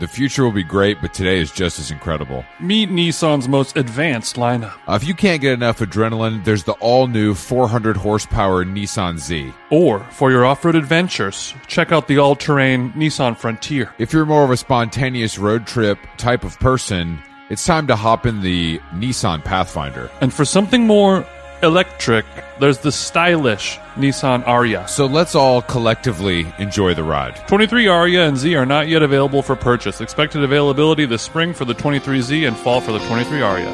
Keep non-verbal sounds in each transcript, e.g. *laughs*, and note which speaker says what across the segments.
Speaker 1: The future will be great, but today is just as incredible.
Speaker 2: Meet Nissan's most advanced lineup.
Speaker 1: Uh, if you can't get enough adrenaline, there's the all new 400 horsepower Nissan Z.
Speaker 2: Or for your off road adventures, check out the all terrain Nissan Frontier.
Speaker 1: If you're more of a spontaneous road trip type of person, it's time to hop in the Nissan Pathfinder.
Speaker 2: And for something more electric, there's the stylish Nissan Aria.
Speaker 1: So let's all collectively enjoy the ride.
Speaker 2: 23 Aria and Z are not yet available for purchase. Expected availability this spring for the 23Z and fall for the 23 Aria.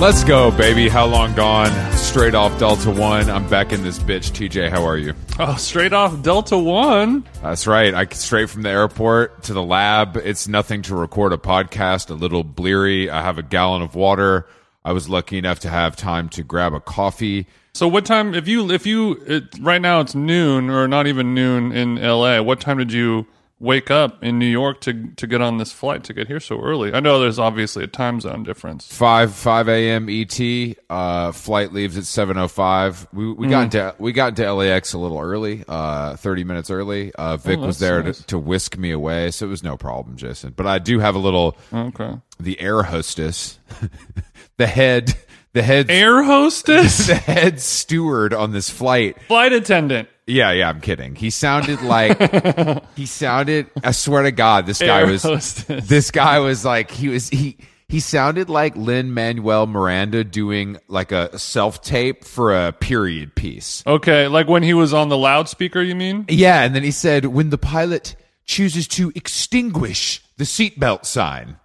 Speaker 1: Let's go, baby. How long gone? Straight off Delta One. I'm back in this bitch. TJ, how are you?
Speaker 2: Oh, straight off Delta 1.
Speaker 1: That's right. I straight from the airport to the lab. It's nothing to record a podcast. A little bleary. I have a gallon of water. I was lucky enough to have time to grab a coffee.
Speaker 2: So what time if you if you it, right now it's noon or not even noon in LA. What time did you wake up in New York to to get on this flight to get here so early? I know there's obviously a time zone difference.
Speaker 1: Five five a.m. ET. Uh, flight leaves at seven o five. We we got into we got into LAX a little early. Uh, thirty minutes early. Uh, Vic was there to, to whisk me away, so it was no problem, Jason. But I do have a little
Speaker 2: Okay.
Speaker 1: the air hostess, *laughs* the head, the head,
Speaker 2: Air
Speaker 1: *laughs*
Speaker 2: hostess, *laughs*
Speaker 1: the head steward on this flight.
Speaker 2: flight attendant.
Speaker 1: Yeah, yeah, I'm kidding. He sounded
Speaker 2: *laughs*
Speaker 1: like he sounded. I swear to God, this guy
Speaker 2: Air
Speaker 1: was
Speaker 2: hostess.
Speaker 1: this guy was like he was he he sounded like Lin Manuel Miranda doing like a self tape for a period piece.
Speaker 2: Okay, like when he was on the loudspeaker, you mean?
Speaker 1: Yeah, and then he said, "When the pilot chooses to extinguish the seatbelt sign,"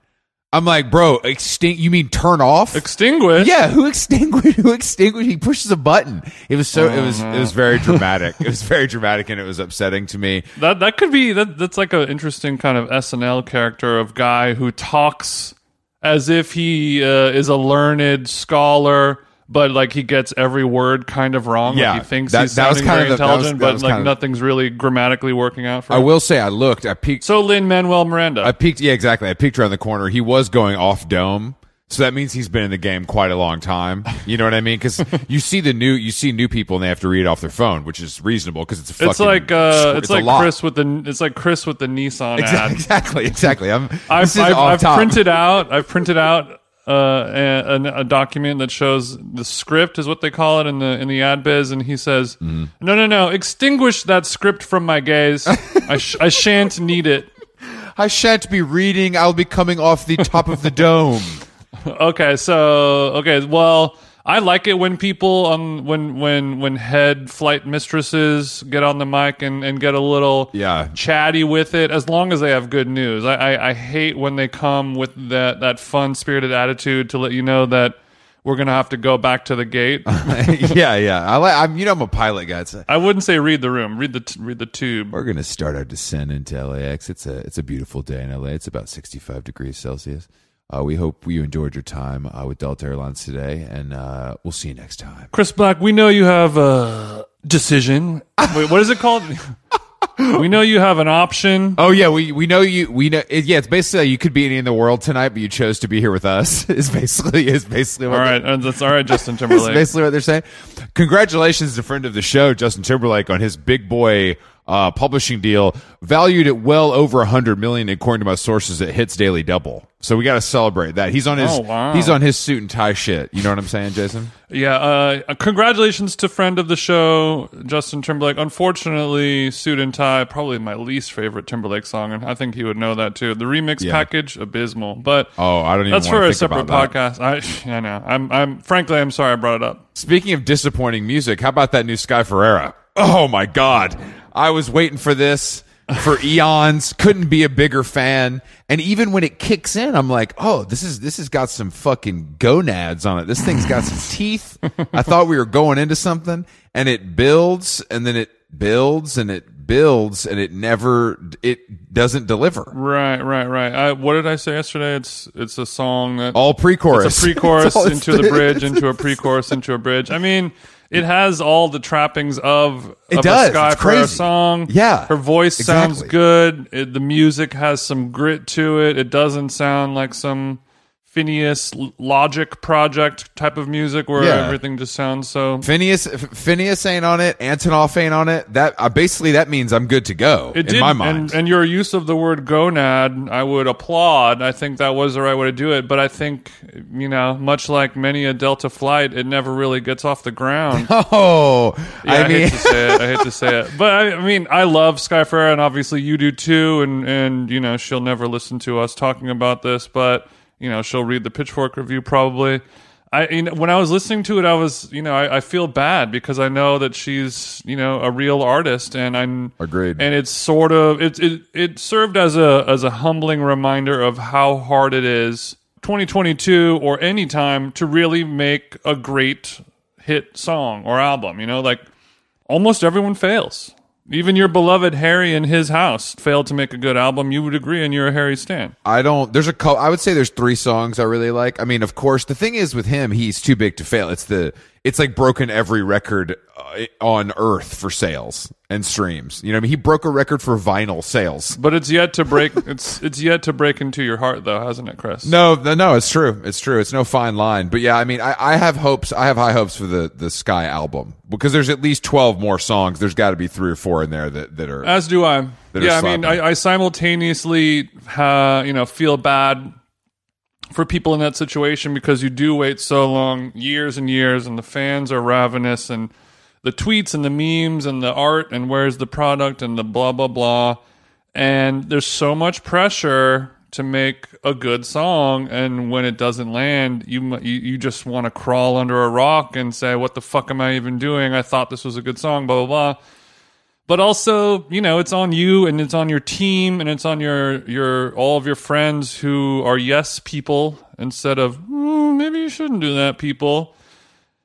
Speaker 1: I'm like, "Bro, extinct? You mean turn off?"
Speaker 2: Extinguish.
Speaker 1: yeah, who extinguished? Who extinguished? He pushes a button. It was so. It was. It
Speaker 2: Uh-huh.
Speaker 1: was very dramatic. it was very dramatic, and it was upsetting to me.
Speaker 2: That that could be that that's like an interesting kind of SNL character of guy who talks as if he uh, is a learned scholar, but like he gets every word kind of wrong.
Speaker 1: Yeah,
Speaker 2: like he thinks
Speaker 1: that-
Speaker 2: he's
Speaker 1: that was
Speaker 2: sounding
Speaker 1: kind
Speaker 2: very
Speaker 1: of the- that was-
Speaker 2: intelligent,
Speaker 1: that was
Speaker 2: but like
Speaker 1: kind of-
Speaker 2: nothing's really grammatically working out for
Speaker 1: I
Speaker 2: him.
Speaker 1: will say, I looked. I peeked.
Speaker 2: So Lin Manuel Miranda.
Speaker 1: I peeked. Yeah, exactly. I peeked around the corner. He was going off dome, so that means he's been in the game quite a long time. You know what I mean?
Speaker 2: *laughs*
Speaker 1: Because you see the new, you see new people, and they have to read off their phone, which is reasonable because it's a fucking.
Speaker 2: it's like uh,
Speaker 1: squ-
Speaker 2: it's,
Speaker 1: a
Speaker 2: like
Speaker 1: lot. *laughs*
Speaker 2: Chris with the it's like Chris with the Nissan
Speaker 1: Exactly,
Speaker 2: ad.
Speaker 1: exactly, exactly. I'm. this
Speaker 2: *laughs* I've,
Speaker 1: is
Speaker 2: I've,
Speaker 1: off
Speaker 2: I've
Speaker 1: top.
Speaker 2: printed out. I've printed out uh, a, a, a document that shows the script is what they call it in the in the ad biz, and he says,
Speaker 1: Mm-hmm.
Speaker 2: "No, no, no, extinguish that script from my gaze. I, sh- I shan't need it."
Speaker 1: I shan't be reading. I'll be coming off the top of the
Speaker 2: *laughs*
Speaker 1: dome. *laughs*
Speaker 2: Okay, so okay, well. I like it when people on when when when head flight mistresses get on the mic and, and get a little
Speaker 1: Yeah.
Speaker 2: chatty with it as long as they have good news. I, I, I hate when they come with that, that fun spirited attitude to let you know that we're going to have to go back to the
Speaker 1: *laughs*
Speaker 2: gate.
Speaker 1: yeah, yeah. I like. I'm. You know, I'm a pilot guy. So
Speaker 2: I wouldn't say read the room, read the, t- read the tube.
Speaker 1: We're gonna start our descent into LAX. It's a it's a beautiful day in LA. It's about sixty five degrees Celsius. Uh, we hope you enjoyed your time uh, with Delta Airlines today, and uh, we'll see you next time.
Speaker 2: Chris Black, we know you have a decision. Wait, what is it called? *laughs* we know you have an option.
Speaker 1: Oh yeah, we we know you. We know it, yeah. It's basically you could be any in the world tonight, but you chose to be here with us. *laughs* Is basically is basically what
Speaker 2: All
Speaker 1: they-
Speaker 2: right, and that's all right, Justin
Speaker 1: That's
Speaker 2: Timberlake.
Speaker 1: basically what they're saying. Congratulations to friend of the show, Justin Timberlake, on his big boy uh, publishing deal, valued at well over a hundred million, according to my sources. It hits daily double, so we got to celebrate that. He's on his
Speaker 2: Oh, wow.
Speaker 1: he's on his suit and tie shit. You know what I'm saying, Jason?
Speaker 2: Yeah, uh, congratulations to friend of the show, Justin Timberlake. Unfortunately, Suit and Tie, probably my least favorite Timberlake song, and I think he would know that too. The remix
Speaker 1: Yeah.
Speaker 2: package, abysmal. But
Speaker 1: Oh, I don't even.
Speaker 2: that's
Speaker 1: wanna
Speaker 2: for a
Speaker 1: think
Speaker 2: separate
Speaker 1: about that.
Speaker 2: podcast. I, *laughs* I know. I'm, I'm frankly, I'm sorry I brought it up.
Speaker 1: Speaking of disappointing music, how about that new Sky Ferreira? Oh my God, I was waiting for this
Speaker 2: *laughs*
Speaker 1: for eons. Couldn't be a bigger fan. And even when it kicks in, I'm like, oh, this is this has got some fucking gonads on it. This thing's got
Speaker 2: *laughs*
Speaker 1: some teeth. I thought we were going into something, and it builds, and then it builds, and it builds, and it never it doesn't deliver.
Speaker 2: Right, right, right. I, what did I say yesterday? It's, it's a song that
Speaker 1: All pre-chorus, *laughs*
Speaker 2: it's a pre-chorus
Speaker 1: That's all it's-
Speaker 2: into the bridge, into a pre-chorus, into a bridge. I mean, it has all the trappings of,
Speaker 1: It
Speaker 2: of
Speaker 1: does.
Speaker 2: a Sky
Speaker 1: It's
Speaker 2: Ferreira
Speaker 1: crazy.
Speaker 2: song.
Speaker 1: Yeah.
Speaker 2: her voice sounds
Speaker 1: Exactly.
Speaker 2: good. It, the music has some grit to it. It doesn't sound like some Phineas l- Logic Project type of music where
Speaker 1: Yeah.
Speaker 2: everything just sounds so.
Speaker 1: Phineas F- Phineas ain't on it. Antonov ain't on it. That uh, basically that means I'm good to go
Speaker 2: It
Speaker 1: in
Speaker 2: did,
Speaker 1: my mind.
Speaker 2: And, and your use of the word gonad, I would applaud. I think that was the right way to do it. But I think, you know, much like many a Delta flight, it never really gets off the ground.
Speaker 1: *laughs* oh,
Speaker 2: Yeah, I,
Speaker 1: I mean,
Speaker 2: hate to say it. I hate to say it, but I, I mean, I love Sky Ferrer, and obviously you do too. And and you know, she'll never listen to us talking about this, but you know, she'll read the Pitchfork review probably. I you know, when I was listening to it, I was you know, I, I feel bad because I know that she's you know a real artist, and I'm
Speaker 1: Agreed.
Speaker 2: And it's sort of it it it served as a as a humbling reminder of how hard it is. 2022 or any time to really make a great hit song or album. You know, like almost everyone fails. Even your beloved Harry and his house failed to make a good album. You would agree, and you're a Harry stan.
Speaker 1: I don't. There's a. cou- I would say there's three songs I really like. I mean, of course, the thing is with him, he's too big to fail. It's the. It's like broken every record uh, on Earth for sales and streams. You know, what I mean, he broke a record for vinyl sales.
Speaker 2: But it's yet to break. it's it's yet to break into your heart, though, hasn't it, Chris?
Speaker 1: No, no, no, it's true. It's true. It's no fine line. But yeah, I mean, I, I have hopes. I have high hopes for the the Sky album because there's at least twelve more songs. There's got to be three or four in there that that are.
Speaker 2: As do I.
Speaker 1: That are
Speaker 2: yeah, I mean,
Speaker 1: sloppy.
Speaker 2: I, I simultaneously, uh, you know, feel bad for people in that situation because you do wait so long, years and years, and the fans are ravenous, and the tweets and the memes and the art and where's the product and the blah blah blah, and there's so much pressure to make a good song, and when it doesn't land, you mu- you, you just want to crawl under a rock and say, "What the fuck am I even doing? I thought this was a good song." Blah blah blah but also you know it's on you and it's on your team and it's on your your all of your friends who are yes people instead of "Mm, maybe you shouldn't do that people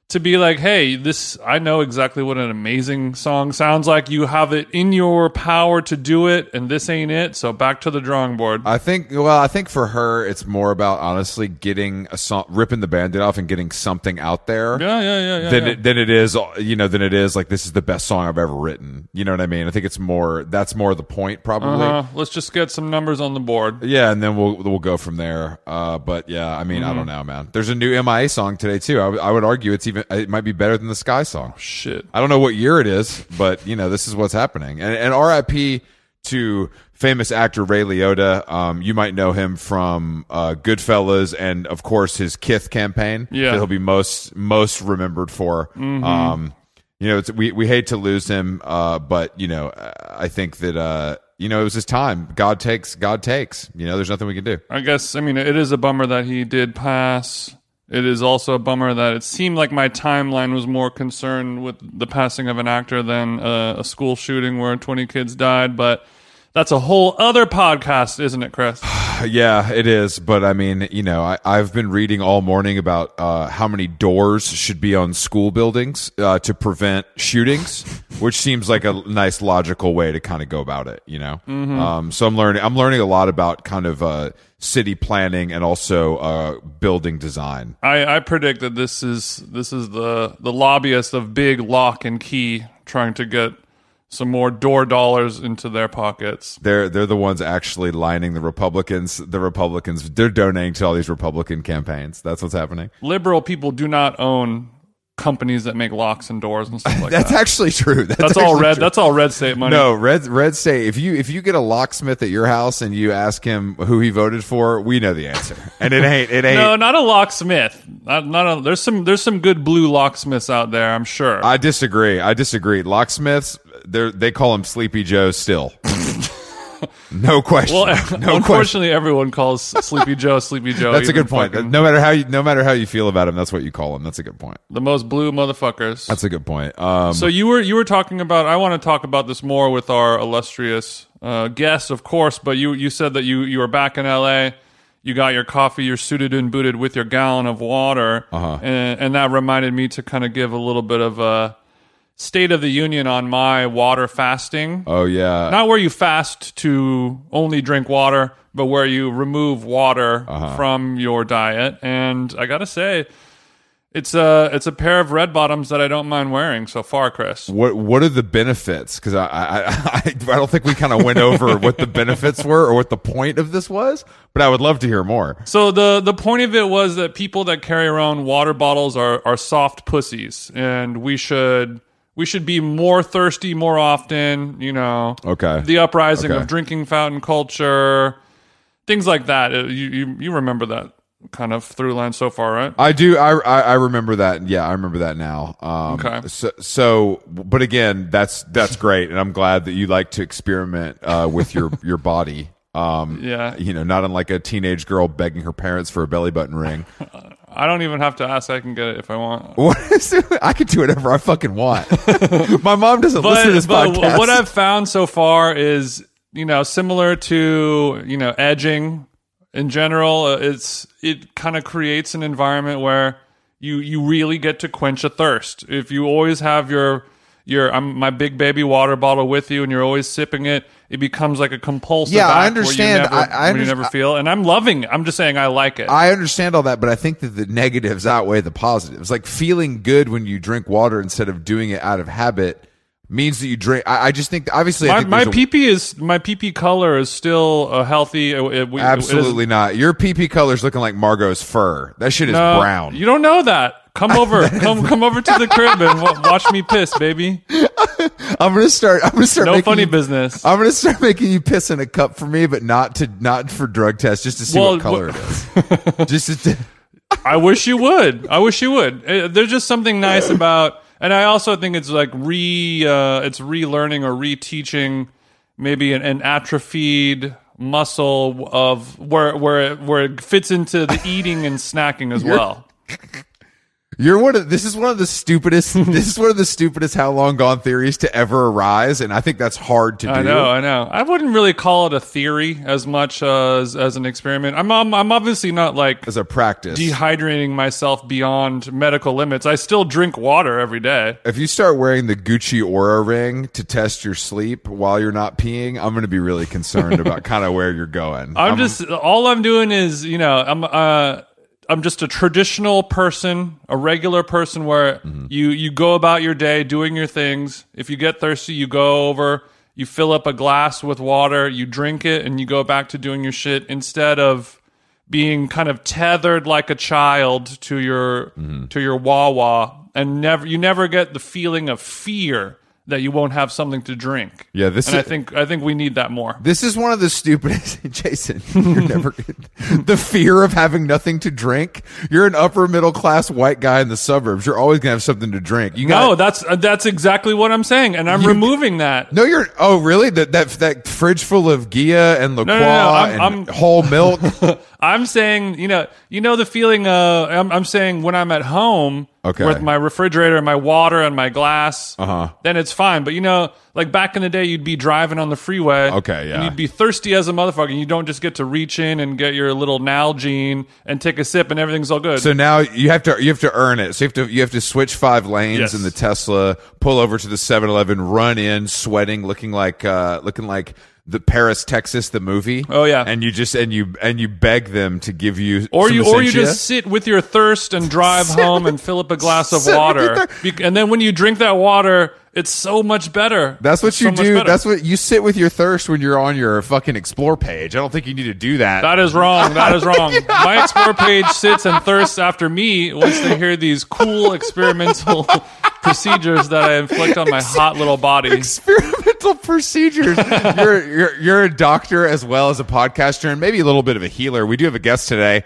Speaker 2: to be like hey this i know exactly what an amazing song sounds like you have it in your power to do it and this ain't it so back to the drawing board
Speaker 1: I think well, I think for her it's more about honestly getting a song ripping the bandit off and getting something out there.
Speaker 2: yeah yeah yeah yeah,
Speaker 1: Than,
Speaker 2: yeah.
Speaker 1: it, than it is, uh, you know, than it is like this is the best song I've ever written. You know what I mean? I think it's more that's more the point probably.
Speaker 2: Uh, let's just get some numbers on the board
Speaker 1: Yeah, and then we'll we'll go from there. Uh, but yeah, I mean, I don't know, man. There's a new MIA song today too. I, w- I would argue it's even it might be better than the Sky song.
Speaker 2: shit
Speaker 1: I don't know what year it is, but you know this is what's happening. And, and RIP to famous actor Ray Liotta. Um, you might know him from uh, Goodfellas and of course his Kith campaign.
Speaker 2: Yeah.
Speaker 1: that he'll be most most remembered for. Um, you know, it's, we we hate to lose him, uh, but you know, I think that uh, you know it was his time. God takes, God takes. You know, there's nothing we can do.
Speaker 2: I guess I mean it is a bummer that he did pass. It is also a bummer that it seemed like my timeline was more concerned with the passing of an actor than uh, a school shooting where 20 kids died, but that's a whole other podcast, isn't it, Chris?
Speaker 1: Uh, Yeah, it is. But I mean, you know, I, I've been reading all morning about uh, how many doors should be on school buildings uh, to prevent shootings, which seems like a nice logical way to kind of go about it. You know,
Speaker 2: Mm-hmm.
Speaker 1: um, so I'm learning. I'm learning a lot about kind of uh, city planning and also uh, building design.
Speaker 2: I, I predict that this is this is the the lobbyist of big lock and key trying to get some more door dollars into their pockets.
Speaker 1: They're they're the ones actually lining the Republicans. The Republicans they're donating to all these Republican campaigns. That's what's happening.
Speaker 2: Liberal people do not own companies that make locks and doors
Speaker 1: *laughs*
Speaker 2: and stuff like that.
Speaker 1: That's actually true. That's,
Speaker 2: That's all
Speaker 1: actually
Speaker 2: red.
Speaker 1: true.
Speaker 2: That's all red state money.
Speaker 1: No, Red Red State. If you if you get a locksmith at your house and you ask him who he voted for, we know the answer. *laughs* And it ain't it ain't.
Speaker 2: No, not a locksmith. Not, not a, there's some there's some good blue locksmiths out there. I'm sure.
Speaker 1: I disagree. I disagree. Locksmiths, they they call him Sleepy Joe
Speaker 2: *laughs*
Speaker 1: still. no question. *laughs*
Speaker 2: well,
Speaker 1: no question.
Speaker 2: unfortunately, everyone calls
Speaker 1: *laughs*
Speaker 2: Sleepy Joe Sleepy Joe.
Speaker 1: That's a
Speaker 2: even
Speaker 1: good point.
Speaker 2: fucking-
Speaker 1: No matter how you no matter how you feel about him, that's what you call him. That's a good point.
Speaker 2: the most blue motherfuckers.
Speaker 1: That's a good point. Um,
Speaker 2: so you were you were talking about. I want to talk about this more with our illustrious uh, guest, of course. But you you said that you you were back in L.A. You got your coffee. You're suited and booted with your gallon of water, uh-huh. and, and that reminded me to kind of give a little bit of a state of the union on my water fasting.
Speaker 1: oh yeah.
Speaker 2: not where you fast to only drink water, but
Speaker 1: Uh-huh.
Speaker 2: where you remove water from your diet. And I gotta say, It's a it's a pair of red bottoms that I don't mind wearing so far, Chris.
Speaker 1: What What are the benefits? Because I, I *laughs* I I don't think we kind of went over what the benefits were or what the point of this was, but I would love to hear more.
Speaker 2: So the the point of it was that people that carry around water bottles are are soft pussies, and we should we should be more thirsty more often. You know,
Speaker 1: Okay.
Speaker 2: the uprising
Speaker 1: Okay.
Speaker 2: of drinking fountain culture, things like that. Uh, You you, you remember that kind of through line so far, right?
Speaker 1: I do. I, I I remember that. Yeah, I remember that now. Um,
Speaker 2: Okay.
Speaker 1: So, so, but again, that's that's great, and I'm glad that you like to experiment uh, with
Speaker 2: *laughs*
Speaker 1: your your body. Um,
Speaker 2: Yeah.
Speaker 1: You know, not unlike a teenage girl begging her parents for a belly button ring. *laughs*
Speaker 2: I don't even have to ask; I can get it if I want.
Speaker 1: What is it? I can do whatever I fucking
Speaker 2: *laughs*
Speaker 1: want. *laughs* My mom doesn't listen to this
Speaker 2: but
Speaker 1: podcast.
Speaker 2: what I've found so far is, you know, similar to you know edging in general. uh, It's it kind of creates an environment where you you really get to quench a thirst. If you always have your your um, my big baby water bottle with you, and you're always sipping it. It becomes like a compulsive.
Speaker 1: Yeah, I
Speaker 2: act where you
Speaker 1: understand.
Speaker 2: never-
Speaker 1: I- I
Speaker 2: where you
Speaker 1: underst-
Speaker 2: never feel, and I'm loving. It. I'm just saying I like it.
Speaker 1: I understand all that, but I think that the negatives outweigh the positives. Like feeling good when you drink water instead of doing it out of habit means that you drink. I, I just think obviously I
Speaker 2: my
Speaker 1: think
Speaker 2: my
Speaker 1: there's a-
Speaker 2: PP is my PP color is still a healthy. uh, it- we- it is-
Speaker 1: Absolutely not. Your PP color's looking like Margot's fur. That shit is
Speaker 2: Uh,
Speaker 1: brown.
Speaker 2: You don't know that.
Speaker 1: *laughs*
Speaker 2: Come over, come come over to the crib and w- watch me piss, baby.
Speaker 1: I'm gonna start. I'm gonna start.
Speaker 2: No
Speaker 1: making
Speaker 2: funny
Speaker 1: you- *laughs*
Speaker 2: business.
Speaker 1: I'm gonna start making you piss in a cup for me, but not to not for drug tests, just to see
Speaker 2: Well,
Speaker 1: what color it is.
Speaker 2: *laughs*
Speaker 1: just to,
Speaker 2: I wish you would. I wish you would. Uh, There's just something nice about, and I also think it's like re, uh, it's relearning or reteaching maybe an, an atrophied muscle of where where it, where it fits into the eating and snacking as well.
Speaker 1: you're one of this is one of the
Speaker 2: *laughs*
Speaker 1: stupidest. this is one of the stupidest how long gone theories to ever arise, and I think that's hard to do.
Speaker 2: I know, I know. I wouldn't really call it a theory as much as as an experiment. I'm I'm, I'm obviously not like
Speaker 1: As a practice,
Speaker 2: dehydrating myself beyond medical limits. I still drink water every day.
Speaker 1: if you start wearing the Gucci Aura ring to test your sleep while you're not peeing, I'm gonna be really concerned
Speaker 2: *laughs*
Speaker 1: about kind of where you're going.
Speaker 2: I'm just all I'm doing is, you know, I'm uh I'm just a traditional person, a regular person where you you go about your day doing your things. If you get thirsty, you go over, you fill up a glass with water, you drink it and you go back to doing your shit instead of being kind of tethered like a child to your to your Wawa and never you never get the feeling of fear that you won't have something to drink.
Speaker 1: Yeah, this
Speaker 2: and I
Speaker 1: is-
Speaker 2: think I think we need that more.
Speaker 1: This is one of the stupidest, *laughs* Jason. You're never the fear of having nothing to drink. You're an upper middle class white guy in the suburbs. You're always gonna have something to drink. You got
Speaker 2: No, that's uh, that's exactly what I'm saying, and I'm removing that.
Speaker 1: no. You're oh really that that that fridge full of Gia and LaCroix
Speaker 2: no, no, I'm-
Speaker 1: and
Speaker 2: I'm-
Speaker 1: whole milk. *laughs*
Speaker 2: I'm saying, you know, you know the feeling. Uh, I'm, I'm saying when I'm at home
Speaker 1: Okay.
Speaker 2: with my refrigerator, and my water, and my glass, uh-huh. then it's fine. But you know, like back in the day, you'd be driving on the freeway,
Speaker 1: Okay, yeah.
Speaker 2: and you'd be thirsty as a motherfucker. And you don't just get to reach in and get your little Nalgene and take a sip, and everything's all good.
Speaker 1: so now you have to you have to earn it. So you have to you have to switch five lanes
Speaker 2: Yes.
Speaker 1: in the Tesla, pull over to the 7-Eleven, run in sweating, looking like uh looking like the Paris Texas the movie.
Speaker 2: Oh, yeah.
Speaker 1: and you just and you and you beg them to give you
Speaker 2: or
Speaker 1: some
Speaker 2: you, or you
Speaker 1: essentia.
Speaker 2: just sit with your thirst and drive home and fill up a glass of
Speaker 1: sit with your
Speaker 2: water, Be- and then when you drink that water, it's so much better.
Speaker 1: That's what
Speaker 2: It's
Speaker 1: you
Speaker 2: so much
Speaker 1: do.
Speaker 2: better.
Speaker 1: That's what you sit with your thirst when you're on your fucking explore page. I don't think you need to do that.
Speaker 2: That is wrong. That
Speaker 1: *laughs*
Speaker 2: is wrong. My explore page sits and thirsts after me once they hear these
Speaker 1: *laughs*
Speaker 2: cool experimental *laughs* procedures that I inflict on my hot little body.
Speaker 1: Experimental procedures. you're, you're you're a doctor as well as a podcaster and maybe a little bit of a healer. We do have a guest *laughs* today,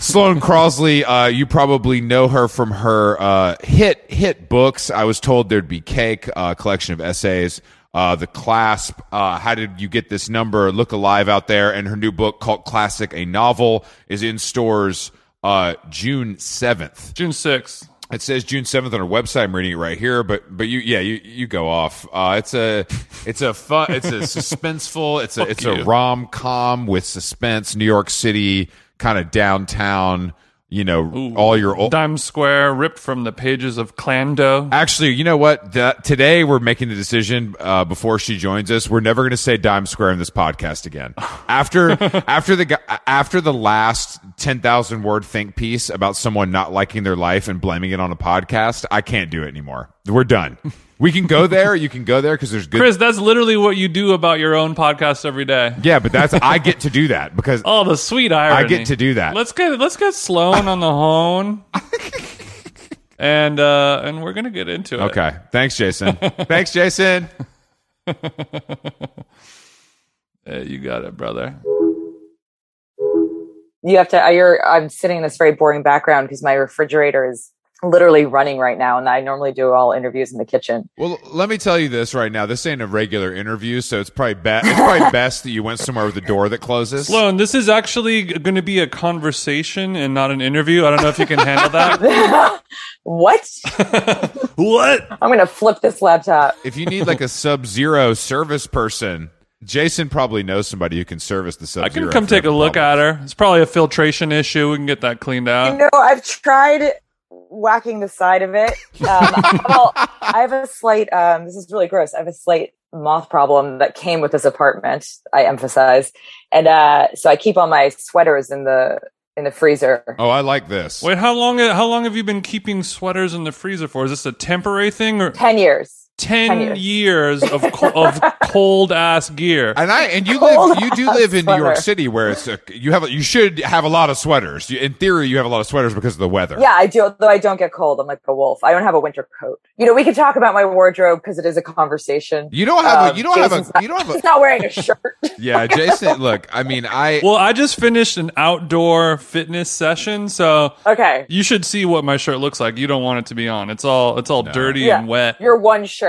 Speaker 1: Sloan Crosley. Uh, you probably know her from her uh, hit hit books. I was told there'd be cake, uh, collection of essays. Uh, the clasp. Uh, how did you get this number? Look alive out there, and her new book, Cult Classic, a novel, is in stores uh, June seventh.
Speaker 2: June 6th.
Speaker 1: It says June seventh on our website. I'm reading it right here, but but you yeah you you go off. Uh, it's a it's a fun it's a suspenseful it's a it's
Speaker 2: you.
Speaker 1: a rom com with suspense. New York City kind of downtown you know, all your old.
Speaker 2: Dime Square ripped from the pages of Clando.
Speaker 1: Actually, you know what? That today we're making the decision uh, before she joins us. We're never going to say dime square in this podcast
Speaker 2: *laughs*
Speaker 1: again. After after the gu- after the last ten thousand word think piece about someone not liking their life and blaming it on a podcast, I can't do it anymore. We're done. We can go there. You can go there because there's good.
Speaker 2: Chris, that's literally what you do about your own podcast every day.
Speaker 1: *laughs* yeah, but that's I get to do that because
Speaker 2: Oh, the sweet irony!
Speaker 1: I get to do that.
Speaker 2: Let's get let's get Sloan on the hone, and uh, and we're gonna get into it.
Speaker 1: okay. Thanks,
Speaker 2: *laughs*
Speaker 1: Jason. Thanks, Jason.
Speaker 2: Uh, you got it, brother.
Speaker 3: you have to you're i'm sitting in this very boring background because my refrigerator is literally running right now and i normally do all interviews in the kitchen *laughs*
Speaker 1: Well, let me tell you this right now. This ain't a regular interview, so it's probably be- it's probably *laughs* best that you went somewhere with a door that closes.
Speaker 2: Sloan, this is actually going to be a conversation and not an interview. I don't know if you can handle
Speaker 3: *laughs*
Speaker 2: that.
Speaker 3: what
Speaker 2: what?
Speaker 3: i'm gonna flip this laptop
Speaker 1: If you need like a sub-zero service person, Jason probably knows somebody who can service the
Speaker 2: I
Speaker 1: sub-zero.
Speaker 2: can come take a look at her. It's probably a filtration issue. We can get that cleaned out.
Speaker 3: no i've tried whacking the side of it um, well i have a slight um, this is really gross i have a slight moth problem that came with this apartment i emphasize and uh, so i keep all my sweaters in the in the freezer
Speaker 1: Oh, I like this.
Speaker 2: Wait, how long? How long have you been keeping sweaters in the freezer for? Is this a temporary thing or
Speaker 3: 10 years
Speaker 2: ten,
Speaker 3: 10 years.
Speaker 2: years, of co- of cold ass gear?
Speaker 1: And I and
Speaker 3: *laughs*
Speaker 1: you
Speaker 3: Cold
Speaker 1: live you do live in New York
Speaker 3: sweater.
Speaker 1: City where it's a, you have a- you should have a lot of sweaters. You- In theory, you have a lot of sweaters because of the weather.
Speaker 3: Yeah, I do. Although I don't get cold, I'm like a wolf. I don't have a winter coat. You know, we could talk about my wardrobe because it is a conversation.
Speaker 1: You don't have
Speaker 3: Um,
Speaker 1: a you don't have
Speaker 3: Jason's
Speaker 1: a
Speaker 3: not-
Speaker 1: you don't have a
Speaker 3: He's not wearing
Speaker 2: *laughs*
Speaker 3: a shirt.
Speaker 1: Yeah, Jason, look, I mean, I
Speaker 2: Well, I just finished an outdoor fitness session, so
Speaker 3: okay,
Speaker 2: you should see what my shirt looks like. You don't want it to be on. It's all it's all dirty
Speaker 3: Yeah.
Speaker 2: and wet.
Speaker 3: your one shirt.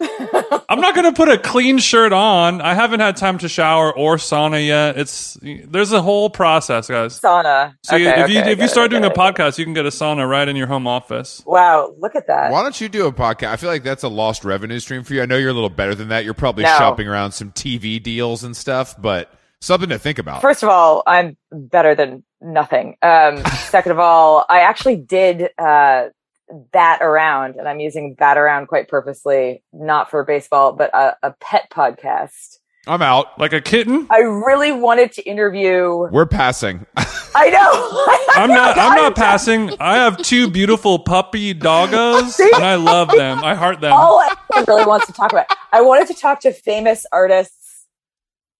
Speaker 2: I'm not going to put a clean shirt on. I haven't had time to shower or sauna yet. It's there's a whole process, guys.
Speaker 3: Sauna.
Speaker 2: So
Speaker 3: Okay,
Speaker 2: if
Speaker 3: okay,
Speaker 2: you
Speaker 3: I
Speaker 2: if
Speaker 3: got
Speaker 2: you
Speaker 3: it, I
Speaker 2: start doing a
Speaker 3: got it.
Speaker 2: podcast, you can get a sauna right in your home office.
Speaker 3: wow, look at that.
Speaker 1: Why don't you do a podcast? I feel like that's a lost revenue stream for you. I know you're a little better than that. You're probably
Speaker 3: No.
Speaker 1: shopping around some TV deals and stuff, but something to think about.
Speaker 3: First of all, I'm better than nothing.
Speaker 2: *laughs*
Speaker 3: Um, second of all, I actually did uh, bat around, and I'm using bat around quite purposely, not for baseball, but a, a pet podcast.
Speaker 1: I'm out.
Speaker 2: Like a
Speaker 3: *laughs*
Speaker 2: kitten?
Speaker 3: I really wanted to interview.
Speaker 1: We're passing.
Speaker 3: I know. *laughs*
Speaker 2: I'm not I'm not passing. I have two beautiful
Speaker 3: *laughs*
Speaker 2: puppy doggos and I love them. I heart them.
Speaker 3: all anyone *laughs* really wants to talk about. I wanted to talk to famous artists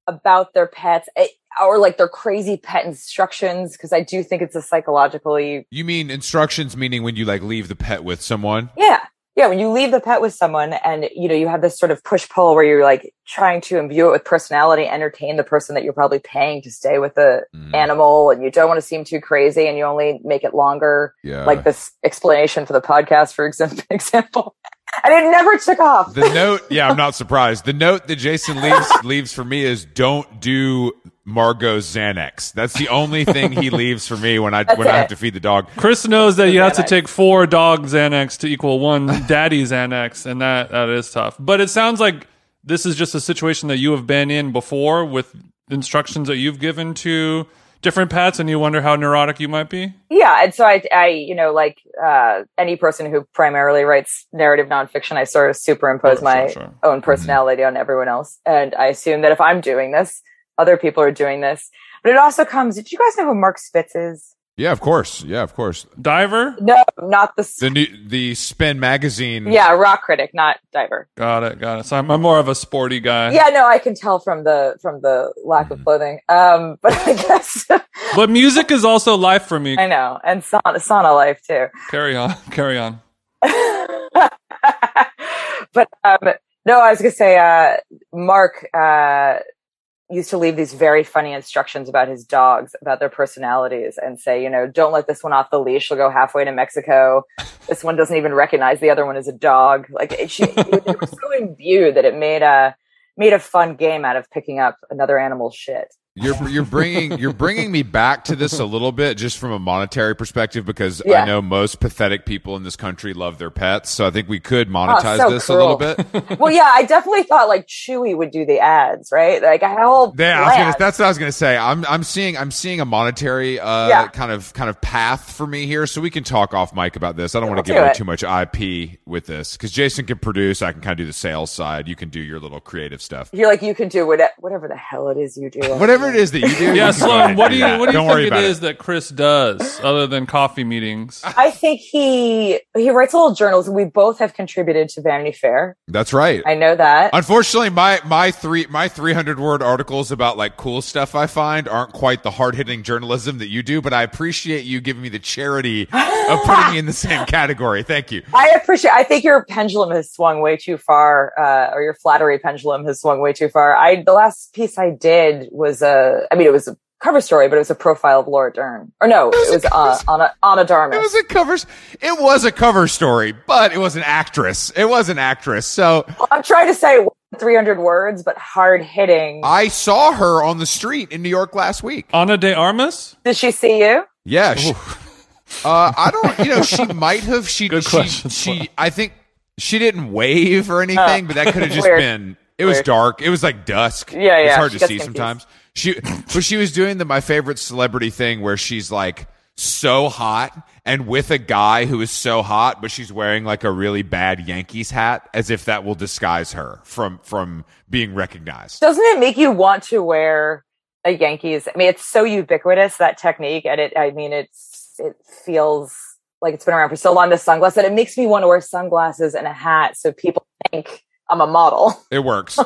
Speaker 3: about their pets eh, or like their crazy pet instructions because I do think it's a psychologically
Speaker 1: you mean instructions meaning when you like leave the pet with someone?
Speaker 3: yeah yeah when you leave the pet with someone and you know you have this sort of push pull where you're like trying to imbue it with personality, entertain the person that you're probably paying to stay with the
Speaker 2: Hmm.
Speaker 1: Mm,
Speaker 3: animal, and you don't want to seem too crazy and you only make it longer.
Speaker 2: Uh,
Speaker 1: yeah.
Speaker 3: like this explanation for the podcast, for *laughs* exam- example, and it never took off.
Speaker 1: the note, yeah, I'm not surprised. The note that Jason
Speaker 3: *laughs*
Speaker 1: leaves leaves for me is don't do Margot Xanax. That's the only thing he leaves for me when I
Speaker 3: *laughs* That's
Speaker 1: when I
Speaker 3: it.
Speaker 1: have to feed the dog.
Speaker 2: Chris knows that you have to
Speaker 3: Xanax.
Speaker 2: take four dog Xanax to equal
Speaker 3: *laughs*
Speaker 2: one daddy Xanax, and that, that is tough. But it sounds like this is just a situation that you have been in before with instructions that you've given to different pets, and you wonder how neurotic you might be.
Speaker 3: yeah and so i i you know like uh any person who primarily writes narrative nonfiction i sort of superimpose
Speaker 2: Sure,
Speaker 3: my
Speaker 2: sure, Mm-hmm. sure.
Speaker 3: own personality on everyone else and i assume that if i'm doing this other people are doing this but it also comes did you guys know who mark spitz is
Speaker 1: Yeah, of course. Yeah, of course.
Speaker 2: Diver?
Speaker 3: no not the,
Speaker 1: The new the Spin magazine.
Speaker 3: yeah rock critic not diver
Speaker 2: Got it, got it. So I'm, I'm more of a sporty guy.
Speaker 3: yeah no i can tell from the from the lack
Speaker 2: Mm-hmm.
Speaker 3: of clothing um *laughs* but i guess
Speaker 2: But music is also life for me.
Speaker 3: i know and sauna, sauna life too
Speaker 2: Carry on, *laughs* carry on.
Speaker 3: *laughs* but um, no, I was gonna say, uh, Mark uh, used to leave these very funny instructions about his dogs, about their personalities, and say, you know, don't let this one off the leash; she'll go halfway to Mexico. This one doesn't even recognize the other one as a dog. Like it, she, it was so imbued that it made a made a fun game out of picking up another animal's shit.
Speaker 1: You're you're
Speaker 2: *laughs*
Speaker 1: bringing you're bringing me back to this a little bit just from a monetary perspective because I
Speaker 3: Yeah.
Speaker 1: know most pathetic people in this country love their pets, so I think we could
Speaker 2: Oh,
Speaker 1: monetize
Speaker 3: so
Speaker 1: this a little
Speaker 3: cruel.
Speaker 2: *laughs*
Speaker 1: bit.
Speaker 3: well, yeah, I definitely thought like Chewy would do the ads, right? Like I had a whole
Speaker 1: Yeah, I was gonna,
Speaker 3: plan.
Speaker 1: that's what I was going to say. I'm I'm seeing I'm seeing a monetary uh,
Speaker 3: Yeah.
Speaker 1: kind of kind of path for me here, so we can talk off mic about this. I don't want
Speaker 3: let's
Speaker 1: to give
Speaker 3: do
Speaker 1: away
Speaker 3: it.
Speaker 1: too much IP with this because Jason can produce. I can kind of do the sales side. You can do your little creative stuff.
Speaker 3: You're like you can do whatever, whatever the hell it is you do.
Speaker 1: Whatever it is that
Speaker 2: *laughs*
Speaker 1: you do. you can
Speaker 2: Yeah,
Speaker 1: go ahead
Speaker 2: Sloan,
Speaker 1: and
Speaker 2: what do you
Speaker 1: that.
Speaker 2: what do you
Speaker 1: Don't worry
Speaker 2: think
Speaker 1: about
Speaker 2: it is that Chris does other than
Speaker 1: *laughs*
Speaker 2: coffee meetings?
Speaker 3: I think he he writes little journals. We both have contributed to Vanity Fair.
Speaker 1: That's right.
Speaker 3: I know that.
Speaker 1: Unfortunately, my my three my three hundred word articles about like cool stuff I find aren't quite the hard hitting journalism that you do, but I appreciate you giving me the charity of putting me in the same category. Thank you.
Speaker 3: I appreciate. I think your pendulum has swung way too far, uh, or your flattery pendulum has swung way too far. I the last piece I did was a. I mean, it was a cover story, but it was a profile of Laura Dern. Or no, it was uh, Anna Anna
Speaker 1: It
Speaker 3: Darmus.
Speaker 1: was a cover. It was a cover story, but it was an actress. It was an actress. So
Speaker 3: I'm trying to say 300 words, but hard hitting.
Speaker 1: I saw her on the street in New York last week.
Speaker 2: Ana de Armas?
Speaker 3: Did she see you?
Speaker 1: Yeah. She, uh, I don't. You know,
Speaker 2: *laughs*
Speaker 1: she might have. She.
Speaker 2: Good
Speaker 1: she,
Speaker 2: question,
Speaker 1: she. I think she didn't wave or anything, but that could have just
Speaker 3: Weird.
Speaker 1: been. It was
Speaker 3: Weird.
Speaker 1: dark. It was like dusk.
Speaker 3: Yeah,
Speaker 1: It's
Speaker 3: yeah,
Speaker 1: hard
Speaker 3: she
Speaker 1: to see
Speaker 3: gets confused.
Speaker 1: sometimes. She, but she was doing the my favorite celebrity thing where she's like so hot and with a guy who is so hot, but she's wearing like a really bad Yankees hat, as if that will disguise her from from being recognized.
Speaker 3: Doesn't it make you want to wear a Yankees? I mean, it's so ubiquitous that technique, and it. I mean, it's it feels like it's been around for so long. The sunglasses, and it makes me want to wear sunglasses and a hat, so people think I'm a model.
Speaker 1: It
Speaker 3: *laughs*
Speaker 1: works.